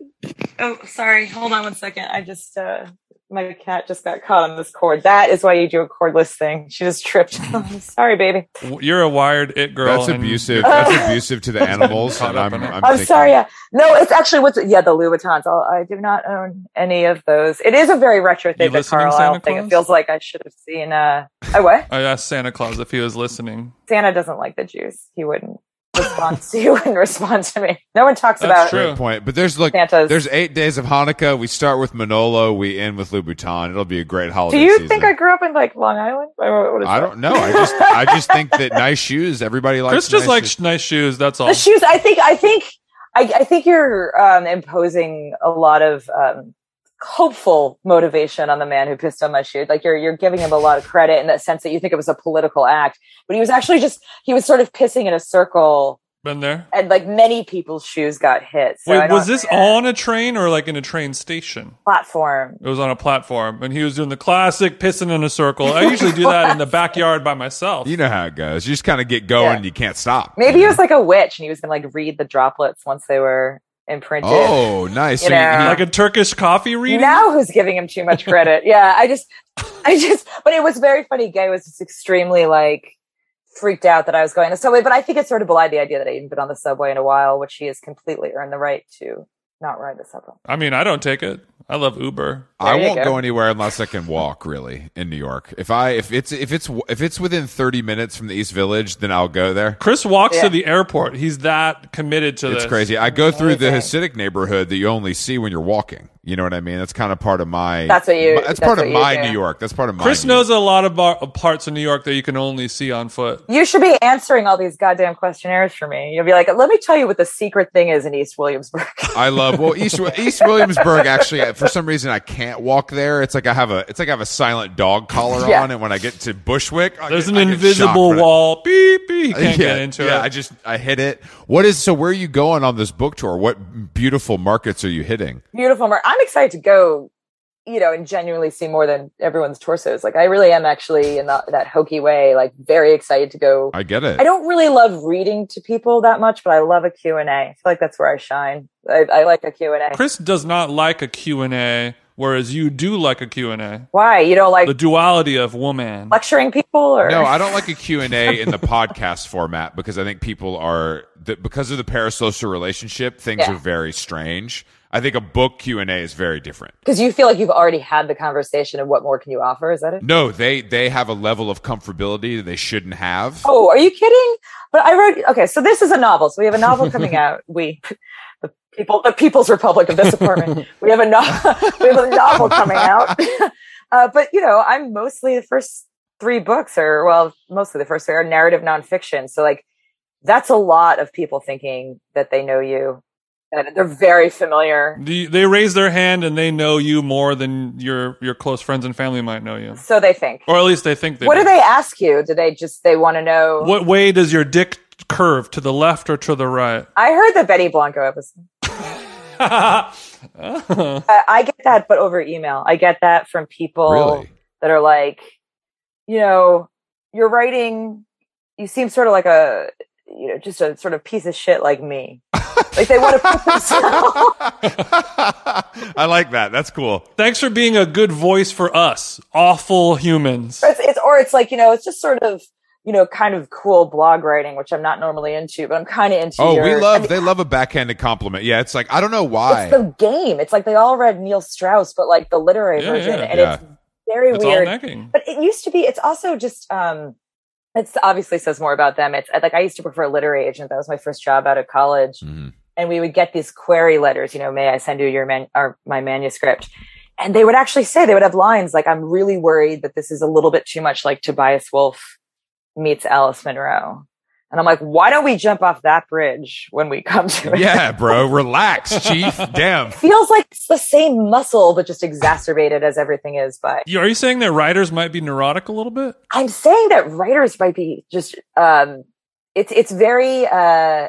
Speaker 3: *laughs* oh, sorry. Hold on one second. I just uh, my cat just got caught on this cord. That is why you do a cordless thing. She just tripped. *laughs* sorry, baby.
Speaker 2: You're a wired it girl.
Speaker 1: That's
Speaker 2: and-
Speaker 1: abusive.
Speaker 3: *laughs*
Speaker 1: That's abusive to the animals.
Speaker 2: Caught
Speaker 1: and
Speaker 2: up
Speaker 1: I'm,
Speaker 2: in it.
Speaker 1: I'm,
Speaker 3: I'm
Speaker 1: thinking-
Speaker 3: sorry. Yeah. No, it's actually what's yeah the Louboutins. I'll, I do not own any of those. It is a very retro thing. The
Speaker 2: listening,
Speaker 3: Carlisle
Speaker 2: Santa
Speaker 3: thing. It
Speaker 2: Claus?
Speaker 3: feels like I should have seen. Uh, I what?
Speaker 2: I asked Santa Claus if he was listening.
Speaker 3: Santa doesn't like the Jews. He wouldn't respond. *laughs* to, he wouldn't respond to me. No one talks
Speaker 2: That's
Speaker 3: about
Speaker 2: true.
Speaker 1: Great point. But there's like
Speaker 3: Santas.
Speaker 1: there's eight days of Hanukkah. We start with Manolo. We end with Louboutin. It'll be a great holiday.
Speaker 3: Do you
Speaker 1: season.
Speaker 3: think I grew up in like Long Island? Or what is
Speaker 1: I
Speaker 3: that?
Speaker 1: don't know. I just I just think that nice shoes. Everybody *laughs* likes.
Speaker 2: Chris just
Speaker 1: nice
Speaker 2: likes
Speaker 1: shoes.
Speaker 2: sh- nice shoes. That's all.
Speaker 3: The shoes. I think. I think. I, I think you're um, imposing a lot of um, hopeful motivation on the man who pissed on my shoe. Like you're you're giving him a lot of credit in that sense that you think it was a political act, but he was actually just he was sort of pissing in a circle,
Speaker 2: Been there.
Speaker 3: and like many people's shoes got hit. So I
Speaker 2: Wait,
Speaker 3: don't-
Speaker 2: was this on a train or like in a train station?
Speaker 3: platform?
Speaker 2: It was on a platform, and he was doing the classic pissing in a circle. I usually do that
Speaker 3: *laughs*
Speaker 2: in the backyard by myself.
Speaker 1: You know how it goes. You just kind of get going.
Speaker 3: Yeah.
Speaker 1: and You can't stop.
Speaker 3: Maybe he was like a witch, and he was gonna like read the droplets once they were imprinted.
Speaker 1: Oh, nice.
Speaker 3: You
Speaker 1: So you-
Speaker 3: know.
Speaker 1: you-
Speaker 2: like a Turkish coffee reading.
Speaker 3: Now who's giving him too much credit? yeah, I just, I just, but it was very funny. Gay was just extremely like freaked out that I was going on the subway, but I think it sort of belied the idea that I hadn't been on the subway in a while, which he has completely earned the right to not ride the subway.
Speaker 2: I mean, I don't take it. I love Uber.
Speaker 1: I
Speaker 3: There you
Speaker 1: won't go.
Speaker 3: go.
Speaker 1: anywhere unless I can walk. Really, in New York, if I if it's if it's if it's within thirty minutes from the East Village, then I'll go there.
Speaker 2: Chris walks
Speaker 3: Yeah.
Speaker 2: to the airport. He's that committed to
Speaker 1: It's
Speaker 2: this.
Speaker 1: crazy. I go through the
Speaker 3: Amazing.
Speaker 1: Hasidic neighborhood that you only see when you're walking. You know what I mean? That's kind of part of my.
Speaker 3: That's what you-
Speaker 1: my- That's,
Speaker 3: that's
Speaker 1: part
Speaker 3: what
Speaker 1: of
Speaker 3: you
Speaker 1: my
Speaker 3: do.
Speaker 1: New York. That's part of my.
Speaker 2: Chris
Speaker 1: New York.
Speaker 2: knows a lot of bar- parts of New York that you can only see on foot.
Speaker 3: You should be answering all these goddamn questionnaires for me. You'll be like, let me tell you what the secret thing is in East Williamsburg. *laughs*
Speaker 1: I love well
Speaker 2: *laughs*
Speaker 1: East East Williamsburg. Actually, uh, for some reason, I can't walk there. It's like I have a it's like I have a silent dog collar
Speaker 3: Yeah.
Speaker 1: on, and when I get to Bushwick, I
Speaker 2: There's
Speaker 1: get-
Speaker 2: an
Speaker 1: I get
Speaker 2: invisible
Speaker 1: shocked when I- *laughs*
Speaker 2: wall. Beep beep. He can't
Speaker 1: yeah,
Speaker 2: get into
Speaker 1: yeah,
Speaker 2: it.
Speaker 1: I just I hit it. What is so? Where are you going on this book tour? What beautiful markets are you hitting?
Speaker 3: Beautiful. Mar- I'm excited to go. You know, and genuinely see more than everyone's torsos. Like, I really am actually in that, that hokey way, like, very excited to go
Speaker 1: I get it.
Speaker 3: I don't really love reading to people that much, but I love a Q and A. I feel like that's where I shine. I, I like a Q and A.
Speaker 2: Chris does not like a Q&A, whereas you do like a Q&A.
Speaker 3: Why you don't like
Speaker 2: The duality of woman.
Speaker 3: lecturing people? Or
Speaker 1: No, I don't like a Q&A in the podcast format because I think people are the, because of the parasocial relationship, things
Speaker 3: Yeah.
Speaker 1: are very strange. I think a book Q&A is very different.
Speaker 3: because you feel like you've already had the conversation, and what more can you offer? Is that it?
Speaker 1: No, they they have a level of comfortability that they shouldn't have.
Speaker 3: Oh, are you kidding? But I wrote. Okay, so this is a novel. So we have a novel coming out. We. the People, the People's Republic of this apartment. We have a novel. *laughs* we have a novel coming out, *laughs* uh, but you know, I'm mostly the first three books, or well, mostly the first three are narrative nonfiction. So like, that's a lot of people thinking that they know you and they're very familiar.
Speaker 2: The, they raise their hand and they know you more than your your close friends and family might know you,
Speaker 3: So they think.
Speaker 2: or at least they think they.
Speaker 3: what
Speaker 2: do.
Speaker 3: do they ask you? Do they just they want to know?
Speaker 2: What way does your dick curve to the left or to the
Speaker 3: *laughs*
Speaker 2: right? *laughs*
Speaker 3: I heard the Betty Blanco episode. I, I get that, but over email. I get that from people
Speaker 1: Really?
Speaker 3: that are like, you know, you're writing. You seem sort of like a, you know, just a sort of piece of shit like
Speaker 1: *laughs*
Speaker 3: me. like they want to put themselves.
Speaker 1: *laughs* I like that. That's
Speaker 3: *laughs*
Speaker 1: cool.
Speaker 2: Thanks for being a good voice for us, awful humans.
Speaker 3: Or it's, it's or it's like you know, it's just sort of you know, kind of cool blog writing, which I'm not normally into, but I'm kind of into.
Speaker 1: Oh, we
Speaker 3: your-
Speaker 1: love
Speaker 3: I mean,
Speaker 1: they love a backhanded compliment. Yeah, it's like I don't know why.
Speaker 3: it's the game. It's like they all read Neil Strauss, but like the literary
Speaker 2: Yeah,
Speaker 3: version,
Speaker 2: yeah.
Speaker 3: and
Speaker 1: Yeah.
Speaker 3: it's very
Speaker 2: It's all
Speaker 3: weird.
Speaker 2: necking.
Speaker 3: but it used to be. It's also just. um it's obviously says more about them. It's like I used to work for a literary agent. That was my first job out of college,
Speaker 1: Mhm.
Speaker 3: and we would get these query letters. You know, may I send you your man or my manuscript? And they would actually say they would have lines like, "I'm really worried that this is a little bit too much like Tobias Wolf meets Alice Munro." And I'm like, why don't we jump off that bridge when we come to it?
Speaker 1: Yeah, bro, relax,
Speaker 3: *laughs*
Speaker 1: chief. Damn.
Speaker 3: feels like it's the same muscle, but just exacerbated as everything is by.
Speaker 2: You- Are you saying that writers might be neurotic a little bit?
Speaker 3: I'm saying that writers might be just, um, it's, it's very, uh,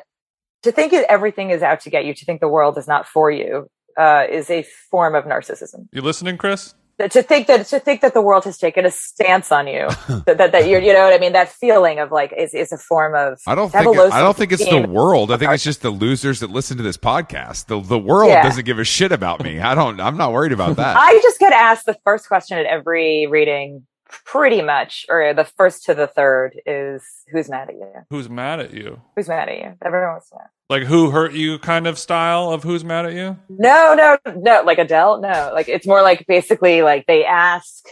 Speaker 3: to think that everything is out to get you, to think the world is not for you, uh, is a form of narcissism.
Speaker 2: You listening, Chris?
Speaker 3: That- To think that, to think that the world has taken a stance
Speaker 1: *laughs*
Speaker 3: on you, that, that, that you're, you know what I mean? That feeling of like, is, is a form of,
Speaker 1: I don't
Speaker 3: to have
Speaker 1: think
Speaker 3: a low
Speaker 1: I don't think it's the
Speaker 3: self-esteem.
Speaker 1: world. I think it's just the losers that listen to this podcast. The the world
Speaker 3: Yeah.
Speaker 1: doesn't give a shit about me. I don't I'm not worried about that.
Speaker 3: *laughs* I just get asked the first question at every reading, pretty much, or the first to the third is, who's mad at you?
Speaker 2: Who's mad at you?
Speaker 3: Who's mad at you? Everyone was mad.
Speaker 2: Like who hurt you? Kind of style of who's mad at you?
Speaker 3: No, no, no. Like Adele, no. Like it's more like basically like they ask,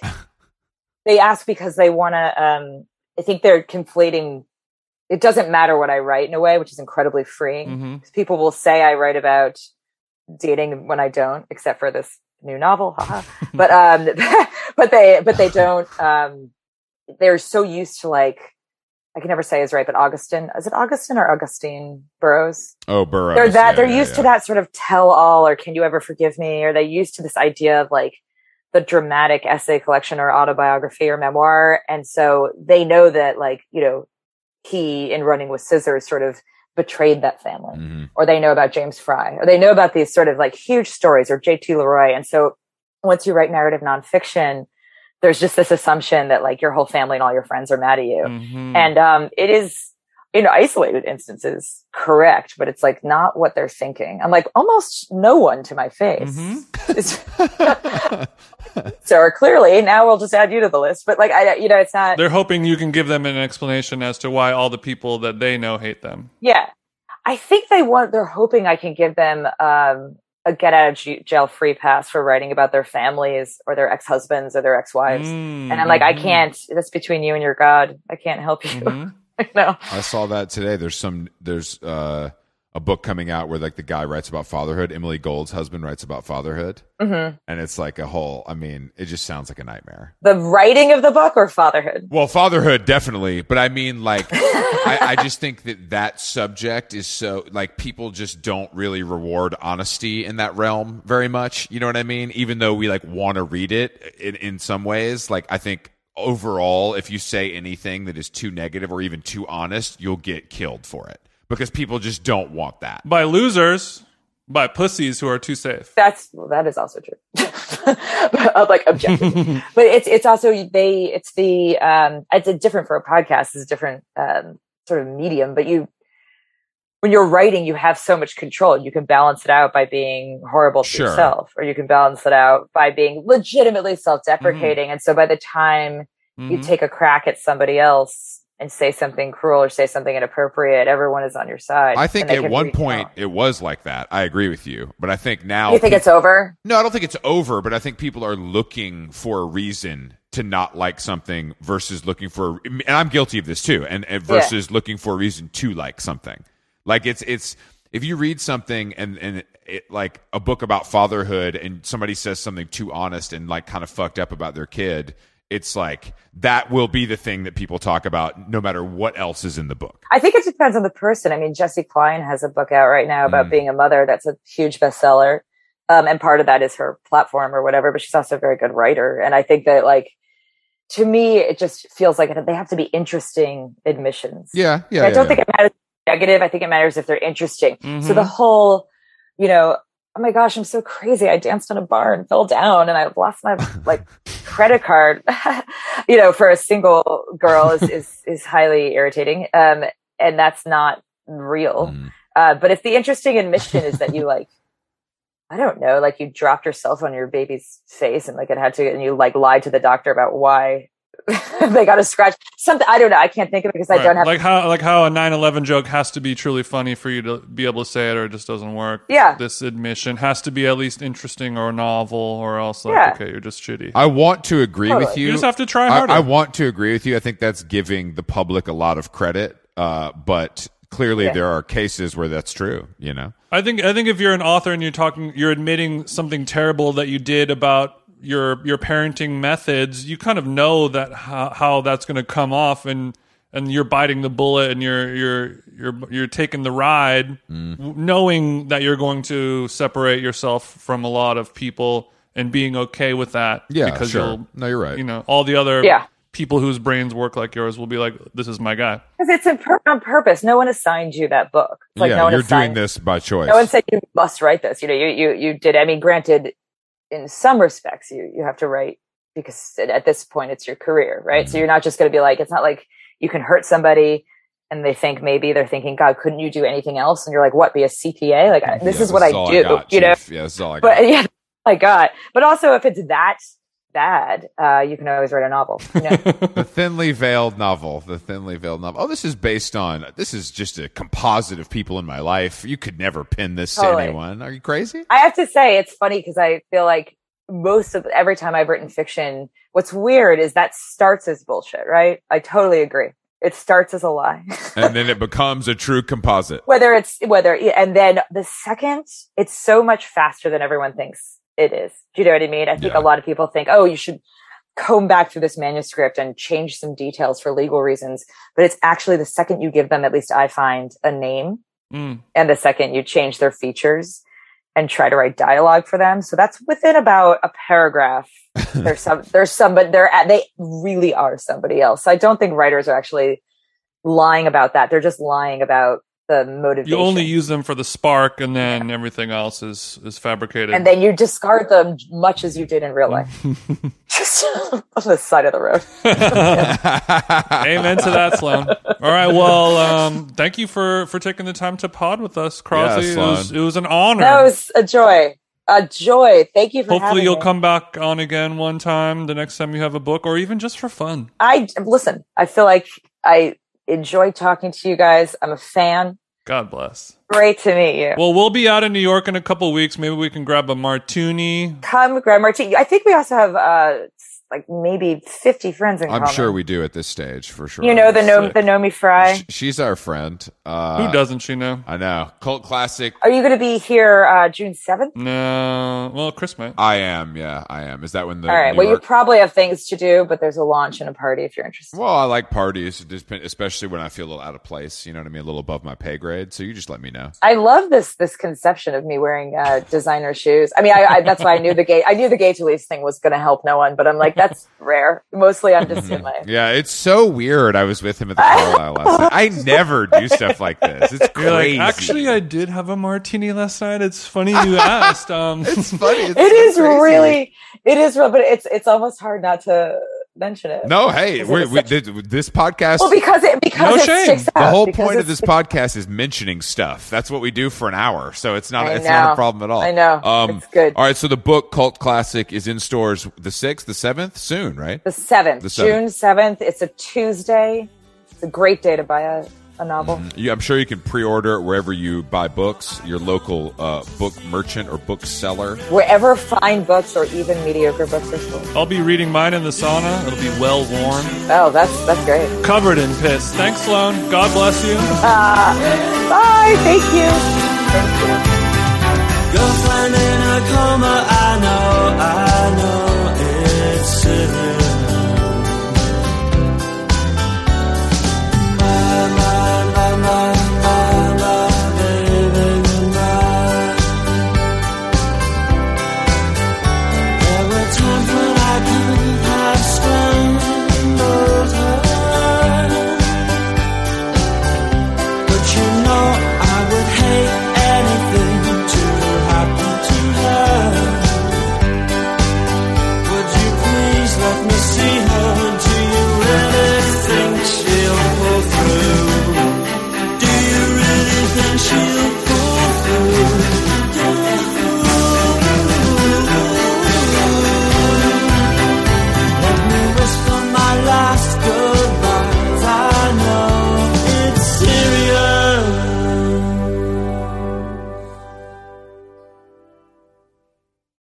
Speaker 3: they ask because they want to. Um, I think they're conflating. It doesn't matter what I write in a way, which is incredibly freeing.
Speaker 2: hmm
Speaker 3: 'Cause People will say I write about dating when I don't, except for this new novel. haha. but um, *laughs* but they but they don't. Um, they're so used to like. I can never say is right, but Augustine is it Augustine or Augustine Burroughs?
Speaker 1: oh, Burrow.
Speaker 3: they're that they're used to that sort of tell all or can you ever forgive me or they're used to this idea of like the dramatic essay collection or autobiography or memoir and so they know that like you know he in running with scissors sort of betrayed that family
Speaker 1: hmm
Speaker 3: or they know about James Fry, or they know about these sort of like huge stories or J.T. Leroy. And so once you write narrative nonfiction, there's just this assumption that like your whole family and all your friends are mad at you.
Speaker 2: Mhm.
Speaker 3: And um, it is in isolated instances correct, but it's like not what they're thinking. I'm like almost no one to my face.
Speaker 2: Mhm.
Speaker 3: *laughs*
Speaker 1: Mm-hmm.
Speaker 3: It's- so clearly now we'll just add you to the list. But like I, you know, it's not.
Speaker 2: They're hoping you can give them an explanation as to why all the people that they know hate them.
Speaker 3: Yeah. I think they want, they're hoping I can give them um, a get out of ju- jail free pass for writing about their families or their ex husbands or their ex wives.
Speaker 2: Mm-hmm.
Speaker 3: And I'm like, I can't, that's between you and your God. I can't help *laughs* you.
Speaker 2: Mhm.
Speaker 3: no.
Speaker 1: *laughs* I saw that today. There's some there's uh a book coming out where like the guy writes about fatherhood. Emily Gold's husband writes about fatherhood.
Speaker 3: hmm
Speaker 1: And it's like a whole I mean, it just sounds like a nightmare.
Speaker 3: The writing of the book or fatherhood?
Speaker 1: Well, fatherhood definitely, but I mean, like, I, I just think that that subject is so like people just don't really reward honesty in that realm very much. You know what I mean? Even though we like want to read it in in some ways, like I think overall, if you say anything that is too negative or even too honest, you'll get killed for it because people just don't want that.
Speaker 2: By losers, by pussies who are too safe.
Speaker 3: That's, well, that is also true. *laughs* But, uh, like objectively.
Speaker 1: *laughs*
Speaker 3: but it's, it's also, they, it's the, um, it's a different for a podcast, it's a different um, sort of medium, but you, when you're writing, you have so much control. You can balance it out by being horrible to
Speaker 1: Sure. Mm-hmm.
Speaker 3: yourself, or you can balance it out by being legitimately self-deprecating. And so by the time you
Speaker 2: Mhm.
Speaker 3: take a crack at somebody else and say something cruel or say something inappropriate, everyone is on your side.
Speaker 1: I think
Speaker 3: and they
Speaker 1: at
Speaker 3: can
Speaker 1: one
Speaker 3: reach out.
Speaker 1: point it was like that. I agree with you, but I think now
Speaker 3: you think it's over?
Speaker 1: No, I don't think it's over, but I think people are looking for a reason to not like something versus looking for, and I'm guilty of this too, and, and
Speaker 3: Yeah.
Speaker 1: versus looking for a reason to like something. Like it's it's if you read something and and it, like a book about fatherhood, and somebody says something too honest and like kind of fucked up about their kid, it's like that will be the thing that people talk about no matter what else is in the book.
Speaker 3: I think it depends on the person. I mean, Jessie Klein has a book out right now
Speaker 1: Mm.
Speaker 3: about being a mother. That's a huge bestseller. Um, and part of that is her platform or whatever, but she's also a very good writer. And I think that like, to me, it just feels like they have to be interesting admissions.
Speaker 1: Yeah, yeah.
Speaker 3: I
Speaker 1: yeah,
Speaker 3: don't
Speaker 1: yeah.
Speaker 3: think it matters if they're negative. I think it matters if they're interesting. So
Speaker 2: Mhm.
Speaker 1: Mm-hmm.
Speaker 3: the whole, you know, oh my gosh, I'm so crazy. I danced on a bar and fell down and I lost my
Speaker 1: *laughs*
Speaker 3: like credit card, *laughs* you know, for a single girl is,
Speaker 1: *laughs*
Speaker 3: is, is highly irritating. Um, and that's not real.
Speaker 1: Mm.
Speaker 3: Uh, but if the interesting admission is
Speaker 1: *laughs*
Speaker 3: that you like, I don't know, like you dropped yourself on your baby's face and like it had to, and you like lied to the doctor about why *laughs* they got a scratch. Something I don't know. I can't think of it because I
Speaker 2: Right.
Speaker 3: don't have.
Speaker 2: like how like how a 9/11 joke has to be truly funny for you to be able to say it, or it just doesn't work.
Speaker 3: Yeah.
Speaker 2: this admission has to be at least interesting or novel, or else like
Speaker 3: Yeah.
Speaker 2: okay, you're just shitty.
Speaker 1: I want to agree with
Speaker 3: Totally.
Speaker 1: you.
Speaker 2: you just have to try harder.
Speaker 1: I, I want to agree with you. I think that's giving the public a lot of credit, uh, but clearly
Speaker 3: Yeah.
Speaker 1: there are cases where that's true. You know,
Speaker 2: I think I think if you're an author and you're talking, you're admitting something terrible that you did about your your parenting methods. You kind of know that how, how that's going to come off, and and you're biting the bullet, and you're you're you're you're taking the ride,
Speaker 1: Mm.
Speaker 2: w- knowing that you're going to separate yourself from a lot of people and being okay with that.
Speaker 1: Yeah,
Speaker 2: because
Speaker 1: sure.
Speaker 2: you'll
Speaker 1: No, you're right.
Speaker 2: You know, all the other
Speaker 3: Yeah.
Speaker 2: people whose brains work like yours will be like, this is my guy.
Speaker 3: Because it's a pur- on purpose. No one assigned you that book. It's like
Speaker 1: yeah,
Speaker 3: no one
Speaker 1: you're doing
Speaker 3: assigned.
Speaker 1: this by choice.
Speaker 3: No one said you must write this. You know, you you you did. I mean, granted, in some respects, you you have to write because at- at this point it's your career, right?
Speaker 1: Mm-hmm.
Speaker 3: So you're not just going to be like, it's not like you can hurt somebody and they think maybe they're thinking, God, couldn't you do anything else? And you're like, what? Be a CPA? Like
Speaker 1: Yeah,
Speaker 3: I, this is what I
Speaker 1: all
Speaker 3: do.
Speaker 1: got,
Speaker 3: you know,
Speaker 1: Chief. Yeah, this is all I
Speaker 3: *laughs*
Speaker 1: got.
Speaker 3: but yeah, I got. But also, if it's that bad, uh, you can always write a novel. You know?
Speaker 1: the thinly veiled novel. The thinly veiled novel. Oh, this is based on. This is just a composite of people in my life. You could never pin this
Speaker 3: Totally.
Speaker 1: to anyone. Are you crazy?
Speaker 3: I have to say it's funny because I feel like most of every time I've written fiction, what's weird is that starts as bullshit, right? I totally agree. It starts as a lie. *laughs*
Speaker 1: and then it becomes a true composite. *laughs*
Speaker 3: whether it's whether and then the second, it's so much faster than everyone thinks it is. Do you know what I mean? I think
Speaker 1: Yeah.
Speaker 3: a lot of people think, oh, you should comb back through this manuscript and change some details for legal reasons. But it's actually the second you give them, at least I find, a name
Speaker 2: Mm.
Speaker 3: and the second you change their features and try to write dialogue for them. So that's within about a
Speaker 2: *laughs*
Speaker 3: paragraph. There's some, there's some, but they're at, they really are somebody else. I don't think writers are actually lying about that. They're just lying about the motivation.
Speaker 2: You only use them for the spark, and then everything else is is fabricated.
Speaker 3: and then you discard them much as you did in
Speaker 2: *laughs*
Speaker 3: real life. Just *laughs* on the side of the road.
Speaker 2: Amen to that, Sloan. All right, well, um, thank you for for taking the time to pod with us, Crosley.
Speaker 1: Yeah,
Speaker 2: it, was,
Speaker 1: Sloan.
Speaker 2: it was an honor.
Speaker 3: That was a joy. A joy. Thank you for
Speaker 2: Hopefully,
Speaker 3: having
Speaker 2: you'll
Speaker 3: me.
Speaker 2: come back on again one time the next time you have a book, or even just for fun.
Speaker 3: I listen, I feel like I enjoy talking to you guys. I'm a fan.
Speaker 2: God bless.
Speaker 3: Great to meet you.
Speaker 2: Well, we'll be out in New York in a couple weeks. Maybe we can grab a martini.
Speaker 3: come grab martini. I think we also have uh like maybe fifty friends in
Speaker 1: I'm
Speaker 3: common.
Speaker 1: sure we do at this stage for sure.
Speaker 3: You know the no
Speaker 2: Sick.
Speaker 3: the Nomi Fry.
Speaker 1: Sh- she's our friend.
Speaker 2: Who
Speaker 1: Uh,
Speaker 2: doesn't she know?
Speaker 1: I know. Cult classic.
Speaker 3: Are you going to be here uh June seventh?
Speaker 2: No. Well, Chris might.
Speaker 1: I am. Yeah, I am. Is that when the?
Speaker 3: All right.
Speaker 1: New
Speaker 3: Well, you
Speaker 1: York-
Speaker 3: probably have things to do, but there's a launch and a party if you're interested.
Speaker 1: well, I like parties, it just- especially when I feel a little out of place. You know what I mean? A little above my pay grade. So you just let me know.
Speaker 3: I love this this conception of me wearing uh, designer shoes. I mean, I, I that's why I knew the gay I knew the gay to lease thing was going to help no one, but I'm like
Speaker 1: *laughs*
Speaker 3: that's rare. Mostly, I'm just in my
Speaker 1: Yeah, *laughs* it's so weird. I was with him at the Carlisle last
Speaker 3: *laughs*
Speaker 1: night. I never do stuff like this. It's
Speaker 2: You're
Speaker 1: crazy.
Speaker 2: like, actually, I did have a martini last night. It's funny
Speaker 3: *laughs*
Speaker 2: you asked. Um,
Speaker 1: it's funny. It's
Speaker 3: It is
Speaker 1: crazy.
Speaker 3: really it is real, but it's it's almost hard not to mention it.
Speaker 1: No, hey,
Speaker 3: Is it
Speaker 1: we,
Speaker 3: a
Speaker 1: we, th- this podcast.
Speaker 3: Well, because it because
Speaker 2: No
Speaker 3: it
Speaker 2: shame.
Speaker 3: sticks out.
Speaker 1: the whole
Speaker 3: because
Speaker 1: point
Speaker 3: it
Speaker 1: of
Speaker 3: *laughs*
Speaker 1: this podcast is mentioning stuff. That's what we do for an hour, so it's not
Speaker 3: I
Speaker 1: it's not a
Speaker 3: know.
Speaker 1: problem at all. Um,
Speaker 3: I know. It's good.
Speaker 1: All right, so the book Cult Classic is in stores the sixth, the seventh, soon, right?
Speaker 3: The seventh,
Speaker 1: The
Speaker 3: June seventh. It's a Tuesday. It's a great day to buy a, a novel.
Speaker 1: You, I'm sure you can pre-order it wherever you buy books, your local uh, book merchant or bookseller.
Speaker 3: Wherever fine books or even mediocre books are sold.
Speaker 2: I'll be reading mine in the sauna. It'll be well warm,
Speaker 3: Oh, that's that's great.
Speaker 2: covered in piss. Thanks, Sloan. God bless you.
Speaker 3: Bye. Thank you.
Speaker 4: Girlfriend in a coma,